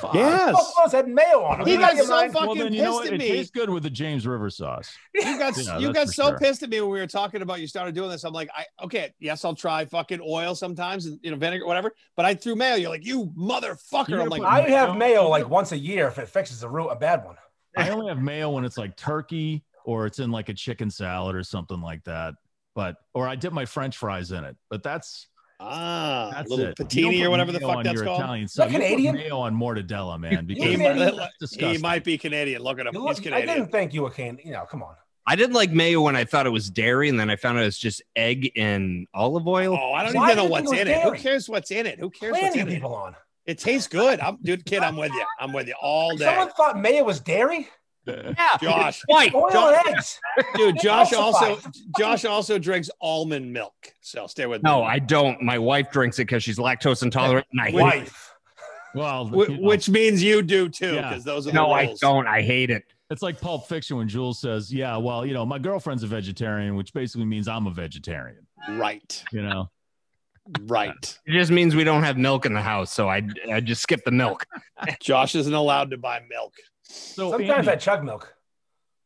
Speaker 5: Fuck.
Speaker 7: Both
Speaker 6: yes.
Speaker 7: of those had mayo on them.
Speaker 2: He
Speaker 7: You
Speaker 2: got
Speaker 7: out of your
Speaker 2: so
Speaker 7: mind?
Speaker 2: fucking
Speaker 5: Well, then you know
Speaker 2: pissed
Speaker 5: what? It
Speaker 2: at me.
Speaker 5: tastes good with the James River sauce.
Speaker 2: You got
Speaker 5: Yeah,
Speaker 2: you got
Speaker 5: that's for
Speaker 2: so
Speaker 5: sure.
Speaker 2: pissed at me when we were talking about you started doing this. I'm like, I okay, yes, I'll try fucking oil sometimes and you know vinegar, whatever. But I threw mayo. You're like, you
Speaker 5: You're
Speaker 2: motherfucker. I'm
Speaker 5: gonna
Speaker 2: like,
Speaker 5: put-
Speaker 7: I have mayo like once a year if it fixes a root, a bad one.
Speaker 5: I only have mayo when it's like turkey or it's in like a chicken salad or something like that. But or I dip my French fries in it. But that's
Speaker 6: Ah,
Speaker 5: that's
Speaker 6: little
Speaker 5: it. You
Speaker 6: patini
Speaker 5: don't
Speaker 6: or
Speaker 5: put
Speaker 6: whatever the
Speaker 5: mayo
Speaker 6: fuck
Speaker 5: on
Speaker 6: that's
Speaker 5: your
Speaker 6: called.
Speaker 5: Italian stuff. You put
Speaker 7: Canadian?
Speaker 5: mayo on mortadella, man, because
Speaker 6: He
Speaker 7: might-
Speaker 5: that's disgusting.
Speaker 6: He might be Canadian. Look at him.
Speaker 7: You
Speaker 6: He's
Speaker 7: look- I
Speaker 6: Canadian.
Speaker 7: didn't think you were can. You know, come on.
Speaker 8: I didn't like mayo when I thought it was dairy, and then I found out it's just egg and olive oil.
Speaker 6: Oh, I don't
Speaker 7: Why do
Speaker 6: even know
Speaker 7: you think
Speaker 6: what's
Speaker 7: it was
Speaker 6: in it. Who
Speaker 7: dairy?
Speaker 6: cares what's in it? Who cares what's
Speaker 7: Planning
Speaker 6: in it?
Speaker 7: people on.
Speaker 6: It tastes good. I'm dude, kid. I'm with you. I'm with you all day.
Speaker 7: Someone thought mayo was dairy.
Speaker 6: Josh,
Speaker 8: White.
Speaker 7: Oil
Speaker 6: Josh-
Speaker 7: and eggs.
Speaker 6: dude. Josh also,
Speaker 7: Falsified.
Speaker 6: Josh also drinks almond milk. So stay with me.
Speaker 8: No, I don't. My wife drinks it because she's lactose intolerant, and I hate it.
Speaker 7: Wife.
Speaker 5: well,
Speaker 6: Wh-
Speaker 5: you know,
Speaker 6: which means you do too,
Speaker 5: Yeah.
Speaker 6: because those are the
Speaker 8: No, I
Speaker 6: rules.
Speaker 8: don't. I hate it.
Speaker 5: it's like Pulp Fiction when Jules says, "Yeah, well, you know, my girlfriend's a vegetarian," which basically means I'm a vegetarian.
Speaker 6: Right,
Speaker 5: You know,
Speaker 6: right.
Speaker 8: It just means we don't have milk in the house, so I I just skip the milk.
Speaker 6: Josh isn't allowed to buy milk,
Speaker 5: so
Speaker 7: Sometimes
Speaker 5: Andy-
Speaker 7: I chug milk.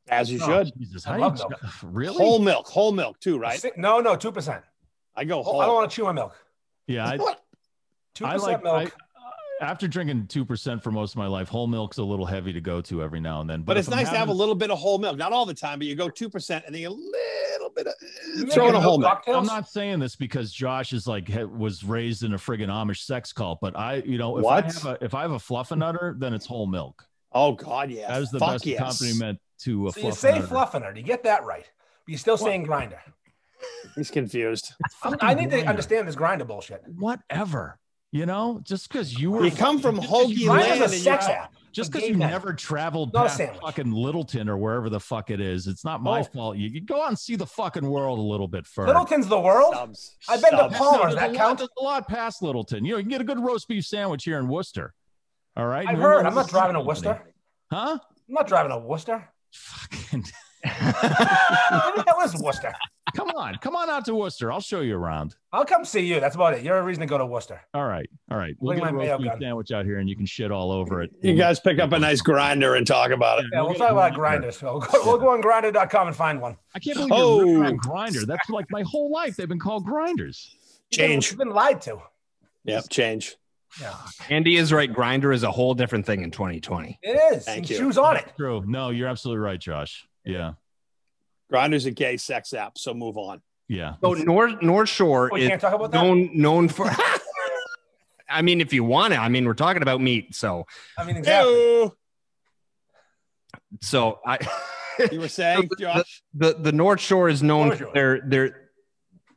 Speaker 6: as you
Speaker 5: Oh,
Speaker 6: should.
Speaker 5: Jesus,
Speaker 7: I
Speaker 5: how
Speaker 7: love
Speaker 5: do you- really?
Speaker 6: Whole milk, whole milk too, right? Oh.
Speaker 7: Si- No, no, two percent.
Speaker 6: I go
Speaker 7: Oh, I
Speaker 6: whole.
Speaker 7: don't want to chew my milk.
Speaker 5: yeah, I,
Speaker 7: Two
Speaker 5: I
Speaker 7: percent
Speaker 5: like
Speaker 7: milk.
Speaker 5: I, after drinking two percent for most of my life, whole milk's a little heavy to go to every now and then.
Speaker 6: but
Speaker 5: if
Speaker 6: it's
Speaker 5: I'm
Speaker 6: nice to have a
Speaker 5: having-
Speaker 6: little bit of whole milk, not all the time, but you go two percent and then a little bit of
Speaker 7: You make
Speaker 6: throw in
Speaker 7: your
Speaker 6: a whole milk.
Speaker 7: cocktails?
Speaker 5: I'm not saying this because Josh is like ha- was raised in a friggin' Amish sex cult, but I, you know, if
Speaker 6: What?
Speaker 5: I have a if I have a fluffinutter, then it's whole milk.
Speaker 6: Oh God, yes.
Speaker 5: That is the
Speaker 6: Fuck
Speaker 5: best
Speaker 6: yes.
Speaker 5: accompaniment to a
Speaker 7: So you say
Speaker 5: fluffinutter.
Speaker 7: fluffinutter. You get that right. But you're still saying grinder.
Speaker 6: He's confused.
Speaker 7: I'm-
Speaker 5: Fucking
Speaker 7: I need to
Speaker 5: grinder.
Speaker 7: understand this grinder bullshit.
Speaker 5: whatever. You know, just because you were
Speaker 6: You come from
Speaker 5: just 'cause
Speaker 6: Hoagie
Speaker 5: you were-
Speaker 6: Land
Speaker 7: Grinder's a
Speaker 6: and
Speaker 7: sex
Speaker 6: you're-
Speaker 7: app.
Speaker 5: Just
Speaker 7: For
Speaker 5: because
Speaker 7: gay
Speaker 5: you
Speaker 7: men.
Speaker 5: never traveled
Speaker 7: Not a
Speaker 5: past
Speaker 7: sandwich.
Speaker 5: fucking Littleton or wherever the fuck it is, it's not my
Speaker 7: Oh.
Speaker 5: fault. You, you go out and see the fucking world a little bit first.
Speaker 7: Littleton's the world.
Speaker 9: Subs.
Speaker 7: I've been to
Speaker 9: Subs.
Speaker 5: No,
Speaker 7: Palmer.
Speaker 5: there's,
Speaker 7: Does
Speaker 5: a
Speaker 7: that
Speaker 5: lot,
Speaker 7: count?
Speaker 5: there's a lot past Littleton. You know, you can get a good roast beef sandwich here in Worcester. All right.
Speaker 7: I've
Speaker 5: New
Speaker 7: heard.
Speaker 5: Orleans
Speaker 7: I'm not
Speaker 5: is
Speaker 7: driving to
Speaker 5: company.
Speaker 7: Worcester.
Speaker 5: Huh?
Speaker 7: I'm not driving to Worcester.
Speaker 5: Fucking
Speaker 7: Where the hell is Worcester?
Speaker 5: come on. Come on out to Worcester. I'll show you around.
Speaker 7: I'll come see you. That's about it. You're a reason to go to Worcester.
Speaker 5: All right. All right. We'll
Speaker 7: Bring
Speaker 5: get a
Speaker 7: my mail
Speaker 5: roast beef
Speaker 7: gun.
Speaker 5: sandwich out here and you can shit all over it.
Speaker 6: You guys pick up a nice grinder and talk about it.
Speaker 7: Yeah, we'll
Speaker 5: we'll
Speaker 7: talk
Speaker 5: get
Speaker 7: about
Speaker 5: Grindr.
Speaker 7: grinders. We'll go, we'll go on grinder.com and find one.
Speaker 5: I can't believe you're ripping
Speaker 6: Oh.
Speaker 5: on grinder. That's like my whole life. They've been called grinders.
Speaker 7: You've been-
Speaker 6: Change.
Speaker 7: You've been lied to.
Speaker 6: Yep, change.
Speaker 8: Andy is right. Grinder is a whole different thing in 2020.
Speaker 7: It is.
Speaker 6: Thank
Speaker 7: and
Speaker 6: you.
Speaker 7: Shoes on it.
Speaker 5: True. No, you're absolutely right, Josh. Yeah.
Speaker 6: Grinder's a gay sex app, so move on.
Speaker 5: Yeah.
Speaker 8: So North North Shore
Speaker 7: Oh, you
Speaker 8: is
Speaker 7: can't talk about that.
Speaker 8: known known for. I mean, if you want to, I mean, we're talking about meat, so
Speaker 7: I mean, exactly.
Speaker 6: Ew.
Speaker 8: so I.
Speaker 6: You were saying, Josh?
Speaker 8: the the North Shore is known
Speaker 7: North
Speaker 8: for
Speaker 7: Shore.
Speaker 8: their their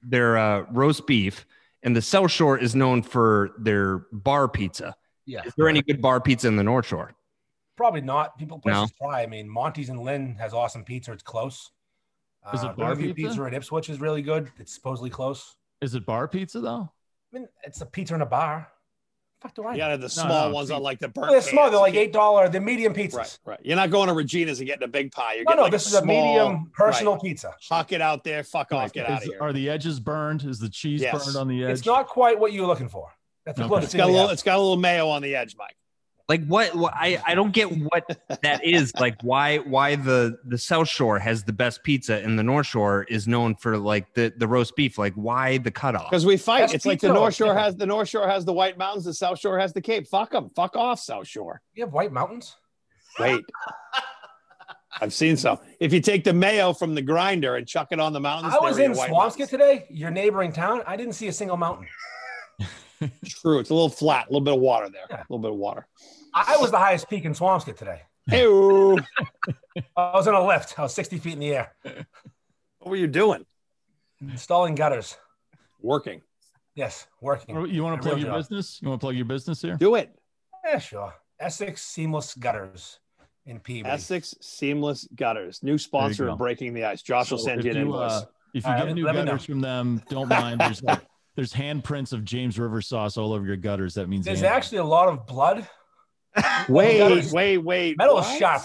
Speaker 8: their uh, roast beef, and the South Shore is known for their bar pizza.
Speaker 7: Yeah.
Speaker 8: Is there any good bar pizza in the North Shore?
Speaker 7: Probably not. People places try. I mean, Monty's and Lynn has awesome pizza. It's close.
Speaker 5: Is it
Speaker 7: Uh,
Speaker 5: bar
Speaker 7: Riverview
Speaker 5: pizza?
Speaker 7: pizza at Ipswich is really good. It's supposedly close.
Speaker 5: Is it bar pizza though?
Speaker 7: I mean, it's a pizza in a bar. Fuck do I?
Speaker 6: You
Speaker 7: know?
Speaker 6: gotta have the small
Speaker 5: no,
Speaker 6: ones
Speaker 5: see-
Speaker 6: on like the burnt.
Speaker 7: Well, they're small.
Speaker 6: cans.
Speaker 7: They're like eight dollar. They're medium pizzas.
Speaker 6: Right, right. You're not going to Regina's and getting a big pie. You're
Speaker 7: No,
Speaker 6: getting
Speaker 7: no,
Speaker 6: like
Speaker 7: this is a
Speaker 6: small-
Speaker 7: medium personal
Speaker 6: Right.
Speaker 7: pizza.
Speaker 6: Huck it out there. Fuck off. Get
Speaker 5: Is-
Speaker 6: out of here.
Speaker 5: Are the edges burned? Is the cheese
Speaker 6: Yes.
Speaker 5: burned on the edge?
Speaker 7: It's not quite what you're looking for. That's the
Speaker 5: Okay.
Speaker 7: closest
Speaker 6: It's
Speaker 7: thing
Speaker 6: got a
Speaker 7: we
Speaker 6: little.
Speaker 7: have.
Speaker 6: It's got a little mayo on the edge, Mike.
Speaker 8: Like what? what I I don't get what that is. Like why why the the South Shore has the best pizza and the North Shore is known for like the the roast beef. Like why the cutoff?
Speaker 6: Because we fight.
Speaker 7: That's
Speaker 6: it's like the
Speaker 7: pizza.
Speaker 6: North Shore has the North Shore has the White Mountains. The South Shore has the Cape. Fuck them. Fuck off, South Shore.
Speaker 7: You have White Mountains.
Speaker 6: Wait. I've seen some. If you take the mayo from the grinder and chuck it on the mountains,
Speaker 7: I was
Speaker 6: there
Speaker 7: in
Speaker 6: are your White
Speaker 7: Swampscott
Speaker 6: Mountains.
Speaker 7: today, your neighboring town. I didn't see a single mountain.
Speaker 6: True. It's a little flat. A little bit of water there.
Speaker 7: Yeah.
Speaker 6: A little bit of water.
Speaker 7: I was the highest peak in Swampscott today.
Speaker 6: Ew.
Speaker 7: I was on a lift. I was 60 feet in the air,
Speaker 6: what were you doing?
Speaker 7: installing gutters.
Speaker 6: Working.
Speaker 7: Yes, working.
Speaker 5: You want
Speaker 7: A
Speaker 5: to plug
Speaker 7: real
Speaker 5: your
Speaker 7: job.
Speaker 5: business? You want to plug your business here?
Speaker 6: Do it.
Speaker 7: Yeah, sure. Essex Seamless Gutters in Peabody.
Speaker 6: Essex Seamless Gutters, new sponsor
Speaker 5: go.
Speaker 6: of Breaking the Ice. Josh will
Speaker 5: So
Speaker 6: send
Speaker 5: if
Speaker 6: you an
Speaker 5: you,
Speaker 6: invoice.
Speaker 5: uh, If you
Speaker 7: All right,
Speaker 5: get new
Speaker 7: let me know.
Speaker 5: gutters from them, don't mind. There's like, there's handprints of James River sauce all over your gutters. That means
Speaker 7: There's
Speaker 5: Andy-
Speaker 7: actually a lot of blood.
Speaker 6: wait,
Speaker 7: gutters-
Speaker 6: wait, wait.
Speaker 7: Metal is
Speaker 6: what?
Speaker 7: sharp.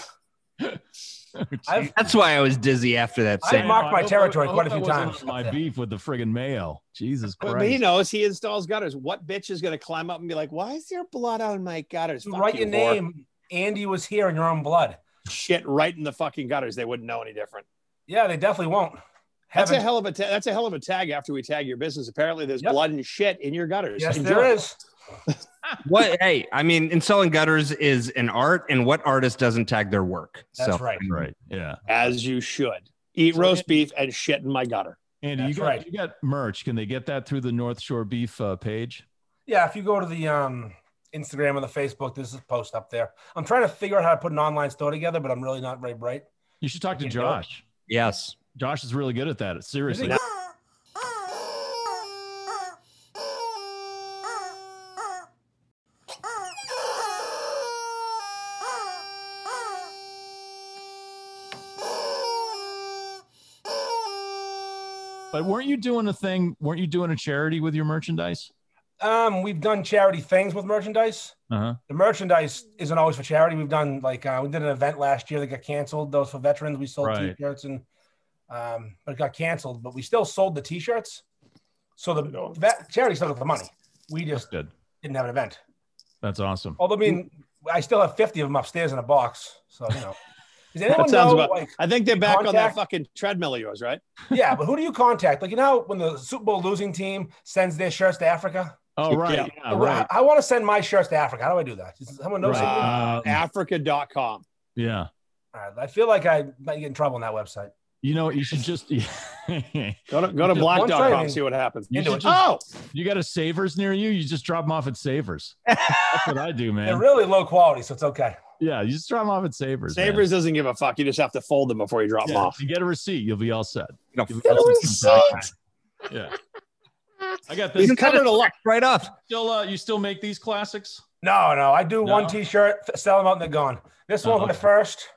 Speaker 7: I've,
Speaker 8: That's why I was dizzy after that.
Speaker 7: I
Speaker 8: sandwich.
Speaker 5: I
Speaker 7: marked my
Speaker 5: hope I-
Speaker 7: territory
Speaker 5: I
Speaker 7: quite a
Speaker 5: hope
Speaker 7: few
Speaker 5: that wasn't
Speaker 7: times.
Speaker 5: on My beef with the friggin' mayo. Jesus
Speaker 6: But,
Speaker 5: Christ.
Speaker 6: but he knows he installs gutters. What bitch is gonna climb up and be like, "Why is there blood on my gutters?"
Speaker 7: You
Speaker 6: Fuck
Speaker 7: write
Speaker 6: you,
Speaker 7: your
Speaker 6: whore.
Speaker 7: name. Andy was here in your own blood.
Speaker 6: Shit, right in the fucking gutters. They wouldn't know any different.
Speaker 7: Yeah, they definitely won't.
Speaker 6: That's a
Speaker 7: Heaven-
Speaker 6: hell of a ta- that's a hell of a tag. After we tag your business, apparently there's
Speaker 7: Yep.
Speaker 6: blood and shit in your gutters.
Speaker 7: Yes,
Speaker 6: Enjoy.
Speaker 7: there is.
Speaker 8: what hey i mean installing gutters is an art and what artist doesn't tag their work
Speaker 7: That's
Speaker 8: so
Speaker 7: right.
Speaker 5: Right. Yeah.
Speaker 6: As you should eat
Speaker 5: So-
Speaker 6: roast beef and shit in my gutter.
Speaker 5: Andy, you
Speaker 7: That's
Speaker 5: got,
Speaker 7: right.
Speaker 5: you got merch. Can they get that through the North Shore Beef uh, page?
Speaker 7: Yeah, if you go to the um, Instagram and the Facebook, there's a post up there. I'm trying to figure out how to put an online store together, but I'm really not very bright.
Speaker 5: You should talk to
Speaker 7: Can't do it.
Speaker 5: Josh.
Speaker 8: yes
Speaker 5: Josh is really good at that. Seriously.
Speaker 6: No.
Speaker 5: But weren't you doing a thing? Weren't you doing a charity with your merchandise?
Speaker 7: Um, we've done charity things with merchandise.
Speaker 5: Uh-huh.
Speaker 7: The merchandise isn't always for charity. We've done like uh, we did an event last year that got canceled. Those for veterans, we sold
Speaker 5: Right.
Speaker 7: T-shirts and um, but it got canceled. But we still sold the T-shirts. So the that charity still got the money. We just
Speaker 5: Good.
Speaker 7: didn't have an event.
Speaker 5: That's awesome.
Speaker 7: Although, I mean, I still have 50 of them upstairs in a box. So you know, does anyone know
Speaker 6: sounds about-
Speaker 7: like?
Speaker 6: I think they're back on that
Speaker 7: Contact-
Speaker 6: fucking treadmill of yours, right?
Speaker 7: yeah, but who do you contact? Like, you know, how when the Super Bowl losing team sends their shirts to Africa,
Speaker 5: Oh, right.
Speaker 6: Yeah.
Speaker 5: Yeah, right.
Speaker 7: I, want to send my shirts to Africa. How do I do that? Does someone know
Speaker 5: Right.
Speaker 7: something?
Speaker 6: Uh,
Speaker 5: Um,
Speaker 6: Africa.com.
Speaker 5: Yeah.
Speaker 7: All right, I feel like I might get in trouble on that website.
Speaker 5: You know, you should just you
Speaker 6: Go to go to
Speaker 5: Just
Speaker 7: one
Speaker 6: black.com
Speaker 7: time.
Speaker 6: and see what happens.
Speaker 5: You
Speaker 7: Into
Speaker 5: should
Speaker 7: it.
Speaker 5: just-
Speaker 6: Oh,
Speaker 5: got a savers near you. You just drop them off at savers. That's what I
Speaker 7: They're
Speaker 5: do, man.
Speaker 7: really low quality, so it's okay.
Speaker 5: Yeah, you just drop them off at savers. man.
Speaker 6: Sabres doesn't give a fuck. You just have to fold them before you drop them
Speaker 5: Yeah,
Speaker 6: off.
Speaker 5: you get a receipt, you'll be all set.
Speaker 8: You know,
Speaker 5: You'll be
Speaker 8: fill
Speaker 5: all
Speaker 8: it
Speaker 5: set. Yeah. I got this.
Speaker 6: You cut it a lot.
Speaker 8: right off
Speaker 5: Still, uh, you still make these classics?
Speaker 7: No, no. I do
Speaker 5: No?
Speaker 7: one T-shirt, f- sell them out, and they're gone. This one for
Speaker 5: Uh-huh.
Speaker 7: the first.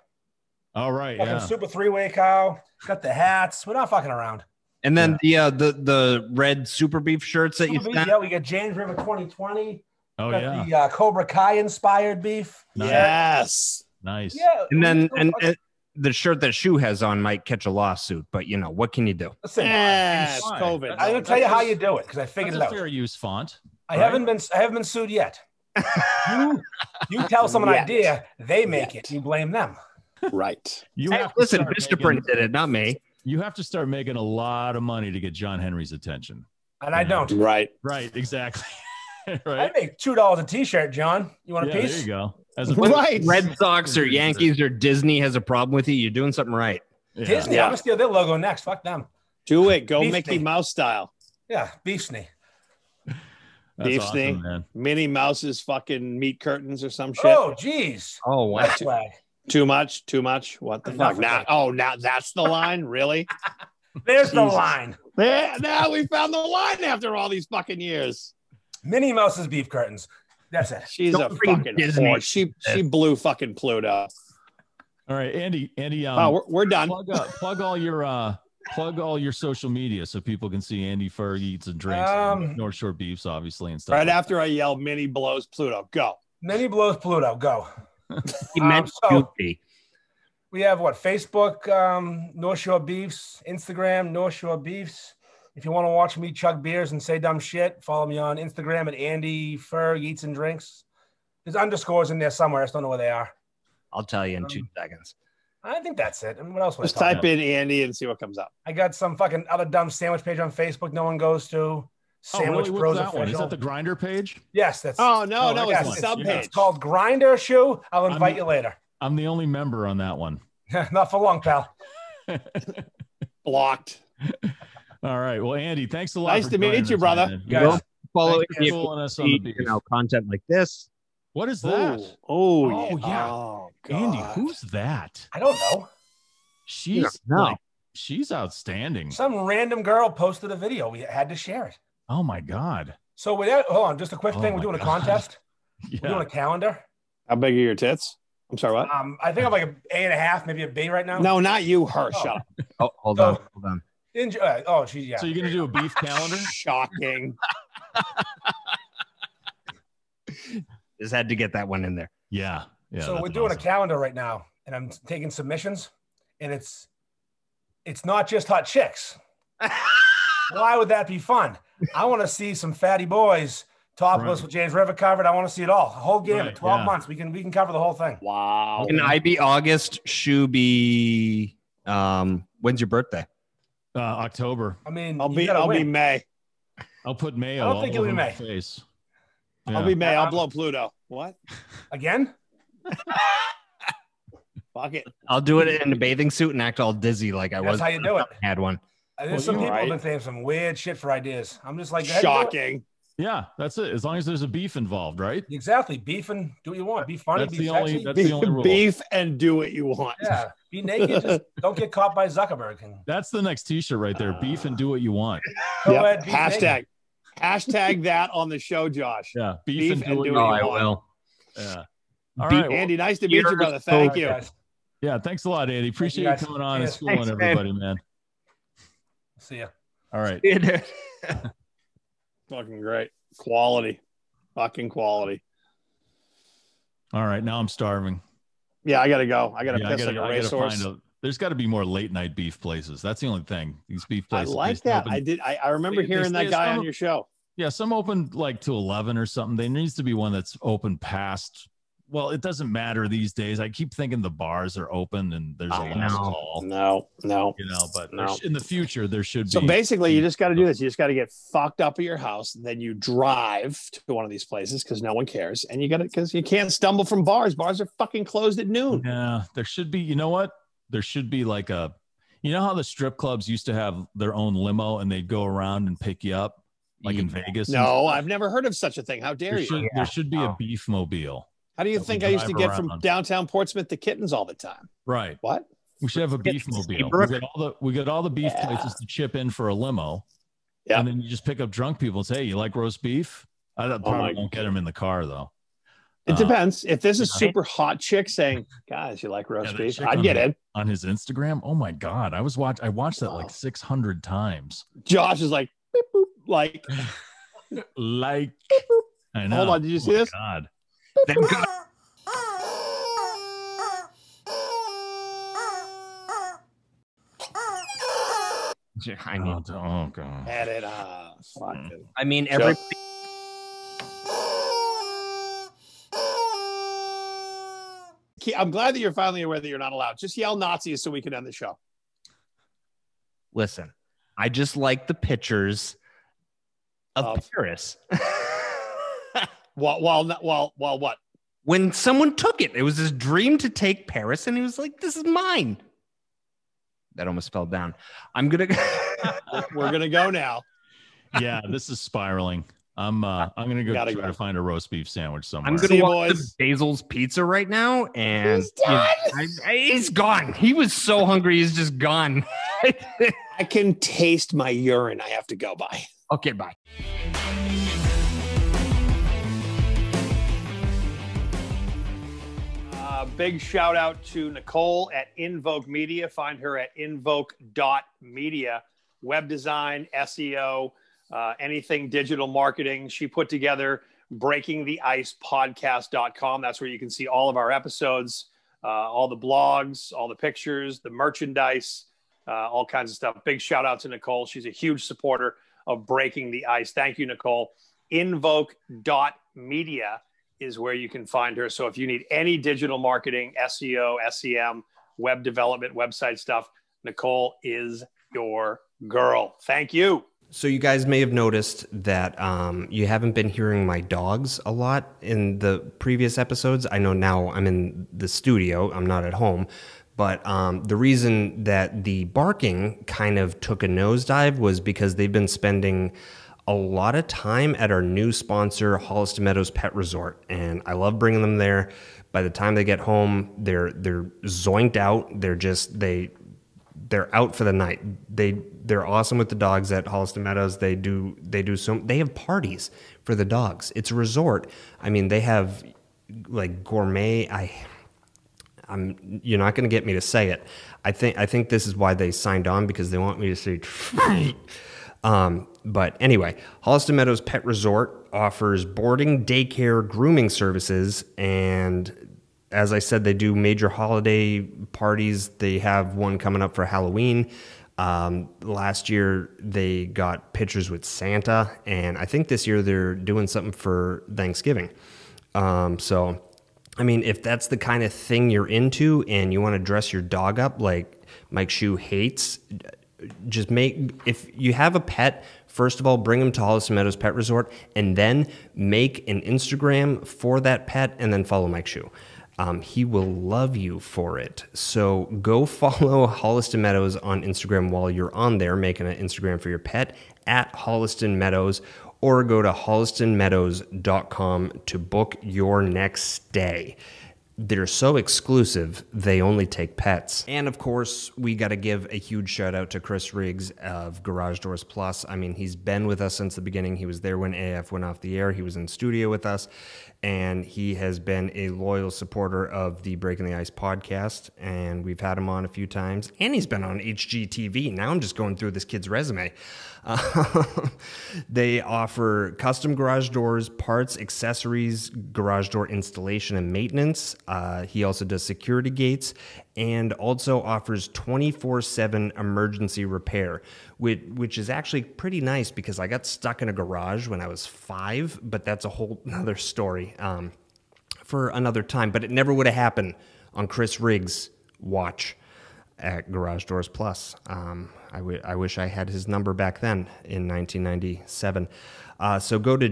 Speaker 5: All right.
Speaker 7: Fucking
Speaker 5: Yeah.
Speaker 7: super three-way cow. Got the hats. We're not fucking around.
Speaker 8: And then the uh, the the red super beef shirts that you
Speaker 7: Super beef,
Speaker 8: sent.
Speaker 7: yeah, we got James River 2020.
Speaker 5: Oh
Speaker 7: got
Speaker 5: yeah.
Speaker 7: the uh, Cobra Kai inspired beef.
Speaker 5: Nice.
Speaker 6: Yes.
Speaker 5: Nice.
Speaker 7: Yeah.
Speaker 8: And then
Speaker 7: we-
Speaker 8: and, and the shirt that Shu has on might catch a lawsuit, but you know what can you do?
Speaker 7: listen,
Speaker 6: Yes.
Speaker 5: Fine.
Speaker 6: COVID.
Speaker 7: I'm gonna tell you how you do it because I figured
Speaker 5: That's
Speaker 7: it
Speaker 5: a
Speaker 7: out.
Speaker 5: fair use font.
Speaker 7: I haven't been I haven't been sued yet. you, you tell someone an
Speaker 6: Yet.
Speaker 7: idea, they make it. You blame them.
Speaker 6: right.
Speaker 5: You
Speaker 8: Hey,
Speaker 5: have to
Speaker 8: listen,
Speaker 5: start
Speaker 8: Mr.
Speaker 5: making-
Speaker 8: Print did it, not me.
Speaker 5: You have to start making a lot of money to get John Henry's attention.
Speaker 7: And I
Speaker 5: Yeah.
Speaker 7: don't.
Speaker 6: Right.
Speaker 5: Right. Exactly.
Speaker 7: I
Speaker 5: right.
Speaker 7: make two dollars a t-shirt, John. You want a
Speaker 5: Yeah,
Speaker 7: piece?
Speaker 5: there you go. As a
Speaker 2: Right.
Speaker 8: Red Sox or Yankees or Disney has a problem with you, you're doing something right.
Speaker 5: Yeah.
Speaker 7: Disney.
Speaker 6: Yeah.
Speaker 7: I'm gonna steal their logo next. Fuck them.
Speaker 6: Do it. Go
Speaker 7: Beef
Speaker 6: Mickey
Speaker 7: steak.
Speaker 6: Mouse style.
Speaker 7: Yeah, beef snake.
Speaker 5: That's
Speaker 6: Beef
Speaker 5: awesome,
Speaker 6: steak.
Speaker 5: man.
Speaker 6: Minnie Mouse's fucking meat curtains or some shit.
Speaker 7: Oh, jeez.
Speaker 8: Oh wow.
Speaker 7: Flag.
Speaker 6: Too much. Too much. What the
Speaker 7: Enough
Speaker 6: fuck?
Speaker 7: of
Speaker 6: Now,
Speaker 7: that.
Speaker 6: oh, now that's the line. Really?
Speaker 7: There's the
Speaker 6: Jesus.
Speaker 7: line.
Speaker 6: Yeah, now we found the line after all these fucking years.
Speaker 7: Minnie Mouse's beef curtains. That's it.
Speaker 6: She's
Speaker 8: Don't
Speaker 6: a
Speaker 8: bring
Speaker 6: fucking
Speaker 8: Disney
Speaker 6: whore. She she blew fucking Pluto.
Speaker 5: All right, Andy. Andy. Um,
Speaker 6: Oh, we're, we're done.
Speaker 5: plug up, plug all your uh plug all your social media so people can see Andy Ferg eats and drinks
Speaker 7: Um,
Speaker 5: and North Shore beefs obviously and stuff.
Speaker 6: Right after I yell, Minnie blows Pluto. Go.
Speaker 7: Minnie blows Pluto. Go.
Speaker 8: He
Speaker 7: Um,
Speaker 8: meant
Speaker 7: so-
Speaker 8: goofy.
Speaker 7: We have what Facebook, um, North Shore Beefs, Instagram, North Shore Beefs. If you want to watch me chug beers and say dumb shit, follow me on Instagram at Andy Ferg Eats and Drinks. There's underscores in there somewhere. I just don't know where they are.
Speaker 8: I'll tell you in two
Speaker 7: Um,
Speaker 8: seconds.
Speaker 7: I think that's it. I mean, what else was
Speaker 6: Just
Speaker 7: I,
Speaker 6: type in Andy and see what comes up.
Speaker 7: I got some fucking other dumb sandwich page on Facebook no one goes to.
Speaker 5: Oh, really?
Speaker 7: Sandwich
Speaker 5: What's
Speaker 7: Bros
Speaker 5: that one? Is
Speaker 7: Official.
Speaker 5: that the grinder page?
Speaker 7: yes, that's
Speaker 6: Oh no,
Speaker 5: Oh,
Speaker 6: no,
Speaker 5: I got
Speaker 6: it's a
Speaker 5: one.
Speaker 6: sub
Speaker 5: Yeah.
Speaker 6: page.
Speaker 7: it's called Grinder Shoe. I'll
Speaker 5: I'm-
Speaker 7: invite you later.
Speaker 5: I'm the only member on that one.
Speaker 7: Not for long, pal.
Speaker 6: Blocked.
Speaker 5: All right. Well, Andy, thanks a lot.
Speaker 6: Nice
Speaker 5: for
Speaker 6: to meet
Speaker 5: joining
Speaker 6: you,
Speaker 5: us,
Speaker 6: brother.
Speaker 5: man.
Speaker 7: Guys,
Speaker 8: Well, Follow
Speaker 5: Thanks for
Speaker 8: Andy
Speaker 5: fooling us
Speaker 8: for
Speaker 5: on the beef.
Speaker 8: you know, content like this.
Speaker 5: What is that?
Speaker 6: Oh, oh,
Speaker 5: Oh,
Speaker 6: yeah.
Speaker 5: yeah.
Speaker 6: Oh,
Speaker 5: Andy,
Speaker 6: God.
Speaker 5: who's that?
Speaker 7: I don't know.
Speaker 5: She's
Speaker 8: no.
Speaker 5: like, she's outstanding.
Speaker 7: Some random girl posted a video. We had to share it.
Speaker 5: Oh my god.
Speaker 7: So with that, hold on, just a quick
Speaker 5: Oh
Speaker 7: thing. We're
Speaker 5: my
Speaker 7: doing a
Speaker 5: God.
Speaker 7: contest. We're
Speaker 5: Yeah.
Speaker 7: doing a calendar.
Speaker 6: How big are your tits? I'm sorry, what?
Speaker 7: Um, I think I'm like an A and a half, maybe a B right now.
Speaker 6: No, not you. Her.
Speaker 7: Oh.
Speaker 6: Shut up.
Speaker 8: Oh, hold
Speaker 7: So-
Speaker 8: on, hold on.
Speaker 7: Enjoy- uh, oh, geez, yeah.
Speaker 5: So you're gonna do a beef calendar?
Speaker 6: Shocking.
Speaker 8: Just had to get that one in there.
Speaker 5: Yeah. Yeah.
Speaker 7: so
Speaker 5: that's
Speaker 7: we're doing
Speaker 5: awesome.
Speaker 7: a calendar right now, and I'm taking submissions, and it's it's not just hot chicks. Why would that be fun? I want to see some fatty boys topless
Speaker 5: Right.
Speaker 7: with James River covered. I want to see it all. A whole game,
Speaker 5: Right,
Speaker 7: 12
Speaker 5: yeah.
Speaker 7: months. We can we can cover the whole thing.
Speaker 6: Wow.
Speaker 8: Can I be August? Shu be um when's your birthday?
Speaker 5: uh, October.
Speaker 7: I mean,
Speaker 6: I'll
Speaker 7: you
Speaker 6: be.
Speaker 7: gotta
Speaker 6: I'll be
Speaker 7: win.
Speaker 6: May.
Speaker 5: I'll put mayo
Speaker 7: I don't
Speaker 5: all
Speaker 7: think it'll
Speaker 5: over
Speaker 7: be
Speaker 5: my
Speaker 7: May.
Speaker 5: face.
Speaker 6: I'll
Speaker 5: Yeah.
Speaker 6: be May. I'll blow Pluto. What?
Speaker 7: again.
Speaker 6: Fuck it.
Speaker 8: I'll do it in a bathing suit and act all dizzy like I
Speaker 7: That's
Speaker 8: was.
Speaker 7: how you do it.
Speaker 8: Had one.
Speaker 7: Uh, There's
Speaker 5: Well,
Speaker 7: some
Speaker 5: you're
Speaker 7: people have
Speaker 6: right.
Speaker 7: been saying some weird shit for ideas. I'm just like, go ahead and do it.
Speaker 6: Shocking.
Speaker 5: Yeah, that's it. As long as there's a beef involved, right?
Speaker 7: Exactly. Beef and do what you want. Be funny.
Speaker 5: That's
Speaker 7: be
Speaker 5: the
Speaker 7: sexy.
Speaker 5: only. That's
Speaker 6: Be-
Speaker 5: the only rule.
Speaker 6: beef and do what you want.
Speaker 7: yeah. Be naked. Just don't get caught by Zuckerberg. And
Speaker 5: That's the next T-shirt right there. beef and do what you want.
Speaker 7: Go
Speaker 6: Yep.
Speaker 7: ahead, be
Speaker 6: Hashtag. Hashtag that on the show, Josh.
Speaker 5: Yeah, beef,
Speaker 6: Beef
Speaker 5: and do
Speaker 6: and
Speaker 5: what
Speaker 6: do
Speaker 5: you
Speaker 6: what
Speaker 8: Oh,
Speaker 5: want.
Speaker 6: you want.
Speaker 5: Yeah. All
Speaker 8: Beef-
Speaker 5: right. well,
Speaker 6: Andy, nice to meet you, brother. Thank you.
Speaker 7: guys.
Speaker 5: yeah. Thanks a lot, Andy. Appreciate you
Speaker 7: guys.
Speaker 5: coming on and
Speaker 7: Cheers.
Speaker 5: schooling
Speaker 8: Thanks, man.
Speaker 5: everybody, man.
Speaker 7: See ya.
Speaker 5: All right.
Speaker 6: Fucking great. Quality. Fucking quality.
Speaker 5: All right. Now I'm starving.
Speaker 6: Yeah, I gotta go. I gotta
Speaker 5: Yeah,
Speaker 6: piss like a
Speaker 5: I gotta
Speaker 6: racehorse.
Speaker 5: find a, there's got to be more late night beef places. That's the only thing. These beef
Speaker 6: I
Speaker 5: places. they
Speaker 6: like
Speaker 5: stay
Speaker 6: that.
Speaker 5: open-
Speaker 6: I did. I, I remember
Speaker 5: They- they
Speaker 6: hearing
Speaker 5: stay
Speaker 6: that guy
Speaker 5: some-
Speaker 6: on your show.
Speaker 5: yeah, some open like to 11 or something. There needs to be one that's open past. Well, it doesn't matter these days. I keep thinking the bars are open and there's a
Speaker 8: I
Speaker 5: last
Speaker 8: know.
Speaker 5: call,
Speaker 6: No, no.
Speaker 5: you know. But there
Speaker 6: No.
Speaker 5: sh- in the future, there should
Speaker 6: So
Speaker 5: be.
Speaker 6: basically, you just got to do this. You just got to get fucked up at your house, and then you drive to one of these places because no one cares, and you got to because you can't stumble from bars. Bars are fucking closed at noon.
Speaker 5: Yeah, there should be. You know what? There should be like a. You know how the strip clubs used to have their own limo and they'd go around and pick you up, like in Vegas. and
Speaker 6: No,
Speaker 5: stuff?
Speaker 6: I've never heard of such a thing. How dare
Speaker 5: There should,
Speaker 6: you?
Speaker 5: there should be
Speaker 8: Oh.
Speaker 5: a beef mobile.
Speaker 6: How do you
Speaker 5: that we
Speaker 6: think I used to
Speaker 5: drive
Speaker 6: get from
Speaker 5: around.
Speaker 6: downtown Portsmouth to Kittens all the time?
Speaker 5: Right.
Speaker 6: What?
Speaker 5: We should have a beef mobile. We
Speaker 8: Brook.
Speaker 5: got all the we got all the beef
Speaker 6: Yeah.
Speaker 5: places to chip in for a limo.
Speaker 6: Yeah.
Speaker 5: And then you just pick up drunk people and say, "Hey, you like roast beef?" I don't-
Speaker 6: Oh my-
Speaker 5: probably won't get them in the car though.
Speaker 6: It
Speaker 5: Uh,
Speaker 6: depends. If this is
Speaker 5: yeah.
Speaker 6: super hot chick saying, "Guys, you like roast
Speaker 5: that
Speaker 6: beef?"
Speaker 5: chick
Speaker 6: I'd
Speaker 5: on
Speaker 6: get
Speaker 5: the-
Speaker 6: it.
Speaker 5: on his Instagram. Oh my god, I was watch I watched that like 600 times.
Speaker 6: Josh is like, beep, boop, like,
Speaker 5: Like I know.
Speaker 6: Hold on, did you
Speaker 5: Oh
Speaker 6: see
Speaker 5: my
Speaker 6: this?
Speaker 5: God.
Speaker 8: Them good- I mean,
Speaker 5: Oh, oh god.
Speaker 6: at it. Ah, fuck it.
Speaker 8: I mean, every
Speaker 6: Ke- I'm glad that you're finally aware that you're not allowed. Just yell Nazis so we can end the show.
Speaker 8: listen. I just like the pictures of
Speaker 6: Of-
Speaker 8: Paris.
Speaker 6: Um, While while while while what?
Speaker 8: when someone took it, it was his dream to take Paris, and he was like, "This is mine." That almost fell down. I'm gonna.
Speaker 6: We're gonna go now.
Speaker 5: Yeah, this is spiraling. I'm uh I'm gonna go
Speaker 6: Gotta
Speaker 5: try
Speaker 6: go.
Speaker 5: to find a roast beef sandwich somewhere.
Speaker 8: I'm
Speaker 6: See
Speaker 8: gonna
Speaker 6: you,
Speaker 8: walk to
Speaker 6: boys.
Speaker 8: Basil's Pizza right now, and he's, he's gone. He was so hungry, he's just gone.
Speaker 6: I can taste my urine. I have to go by.
Speaker 8: okay, bye.
Speaker 6: Uh, big shout out to Nicole at Invoke Media. Find her at invoke.media. Web design, SEO, uh, anything digital marketing. She put together Breaking the Ice breakingtheicepodcast.com. That's where you can see all of our episodes, uh, all the blogs, all the pictures, the merchandise, uh, all kinds of stuff. Big shout out to Nicole. She's a huge supporter of Breaking the Ice. Thank you, Nicole. Invoke.media is where you can find her. So if you need any digital marketing, E SEO, SEM, web development, website stuff, Nicole is your girl. Thank you.
Speaker 8: So you guys may have noticed that um, you haven't been hearing my dogs a lot in the previous episodes. I know now I'm in the studio, I'm not at home, but um, the reason that the barking kind of took a nosedive was because they've been spending a lot of time at our new sponsor, Holliston Meadows Pet Resort, and I love bringing them there. By the time they get home, they're they're zoinked out. They're just they they're out for the night. They they're awesome with the dogs at Holliston Meadows. They do they do so they have parties for the dogs. It's a resort. I mean, they have like gourmet. I I'm you're not going to get me to say it. I think I think this is why they signed on because they want me to say. um, but anyway, Holliston Meadows Pet Resort offers boarding, daycare, grooming services, and as I said, they do major holiday parties. They have one coming up for Halloween. Um, last year they got pictures with Santa, and I think this year they're doing something for Thanksgiving. Um, so, I mean, if that's the kind of thing you're into and you want to dress your dog up like Mike Shue hates, just make if you have a pet first of all bring them to hollis meadows pet resort and then make an instagram for that pet and then follow mike shu um, he will love you for it so go follow holliston meadows on instagram while you're on there making an instagram for your pet at holliston meadows or go to hollistonmeadows.com to book your next stay they're so exclusive, they only take pets. And of course, we got to give a huge shout out to Chris Riggs of Garage Doors Plus. I mean, he's been with us since the beginning. He was there when AF went off the air, he was in studio with us, and he has been a loyal supporter of the Breaking the Ice podcast. And we've had him on a few times, and he's been on HGTV. Now I'm just going through this kid's resume. Um, they offer custom garage doors, parts, accessories, garage door installation and maintenance. Uh, he also does security gates and also offers 24 7 emergency repair, which, which is actually pretty nice because I got stuck in a garage when I was five, but that's a whole nother story. Um, for another time, but it never would have happened on Chris Riggs' watch at Garage Doors Plus. Um, I, w- I wish I had his number back then in 1997. Uh, so go to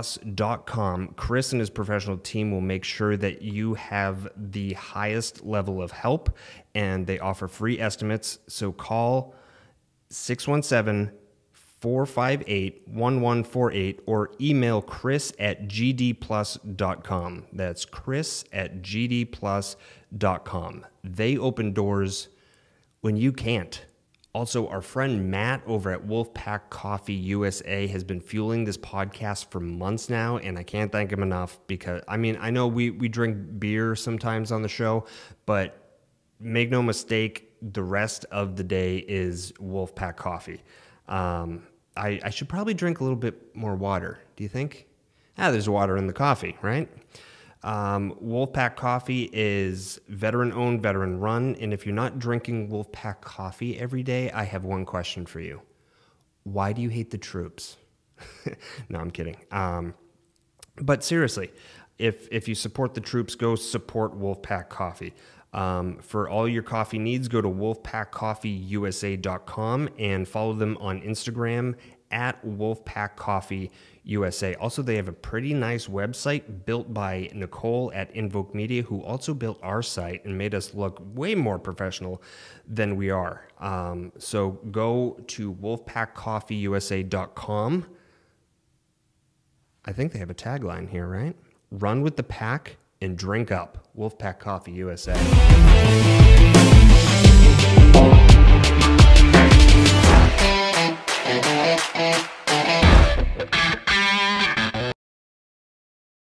Speaker 8: gdplus.com. Chris and his professional team will make sure that you have the highest level of help, and they offer free estimates. So call 617 458 1148 or email chris at gdplus.com. That's chris at gdplus.com. They open doors when you can't. Also, our friend Matt over at Wolfpack Coffee USA has been fueling this podcast for months now, and I can't thank him enough because I mean, I know we, we drink beer sometimes on the show, but make no mistake, the rest of the day is Wolfpack Coffee. Um, I, I should probably drink a little bit more water, do you think? Ah, there's water in the coffee, right? Um, Wolfpack Coffee is veteran owned, veteran run. And if you're not drinking Wolfpack Coffee every day, I have one question for you Why do you hate the troops? no, I'm kidding. Um, but seriously, if, if you support the troops, go support Wolfpack Coffee. Um, for all your coffee needs, go to wolfpackcoffeeusa.com and follow them on Instagram at Wolfpack Coffee USA. Also, they have a pretty nice website built by Nicole at Invoke Media, who also built our site and made us look way more professional than we are. Um, so go to wolfpackcoffeeusa.com. I think they have a tagline here, right? Run with the pack and drink up. Wolfpack Coffee USA.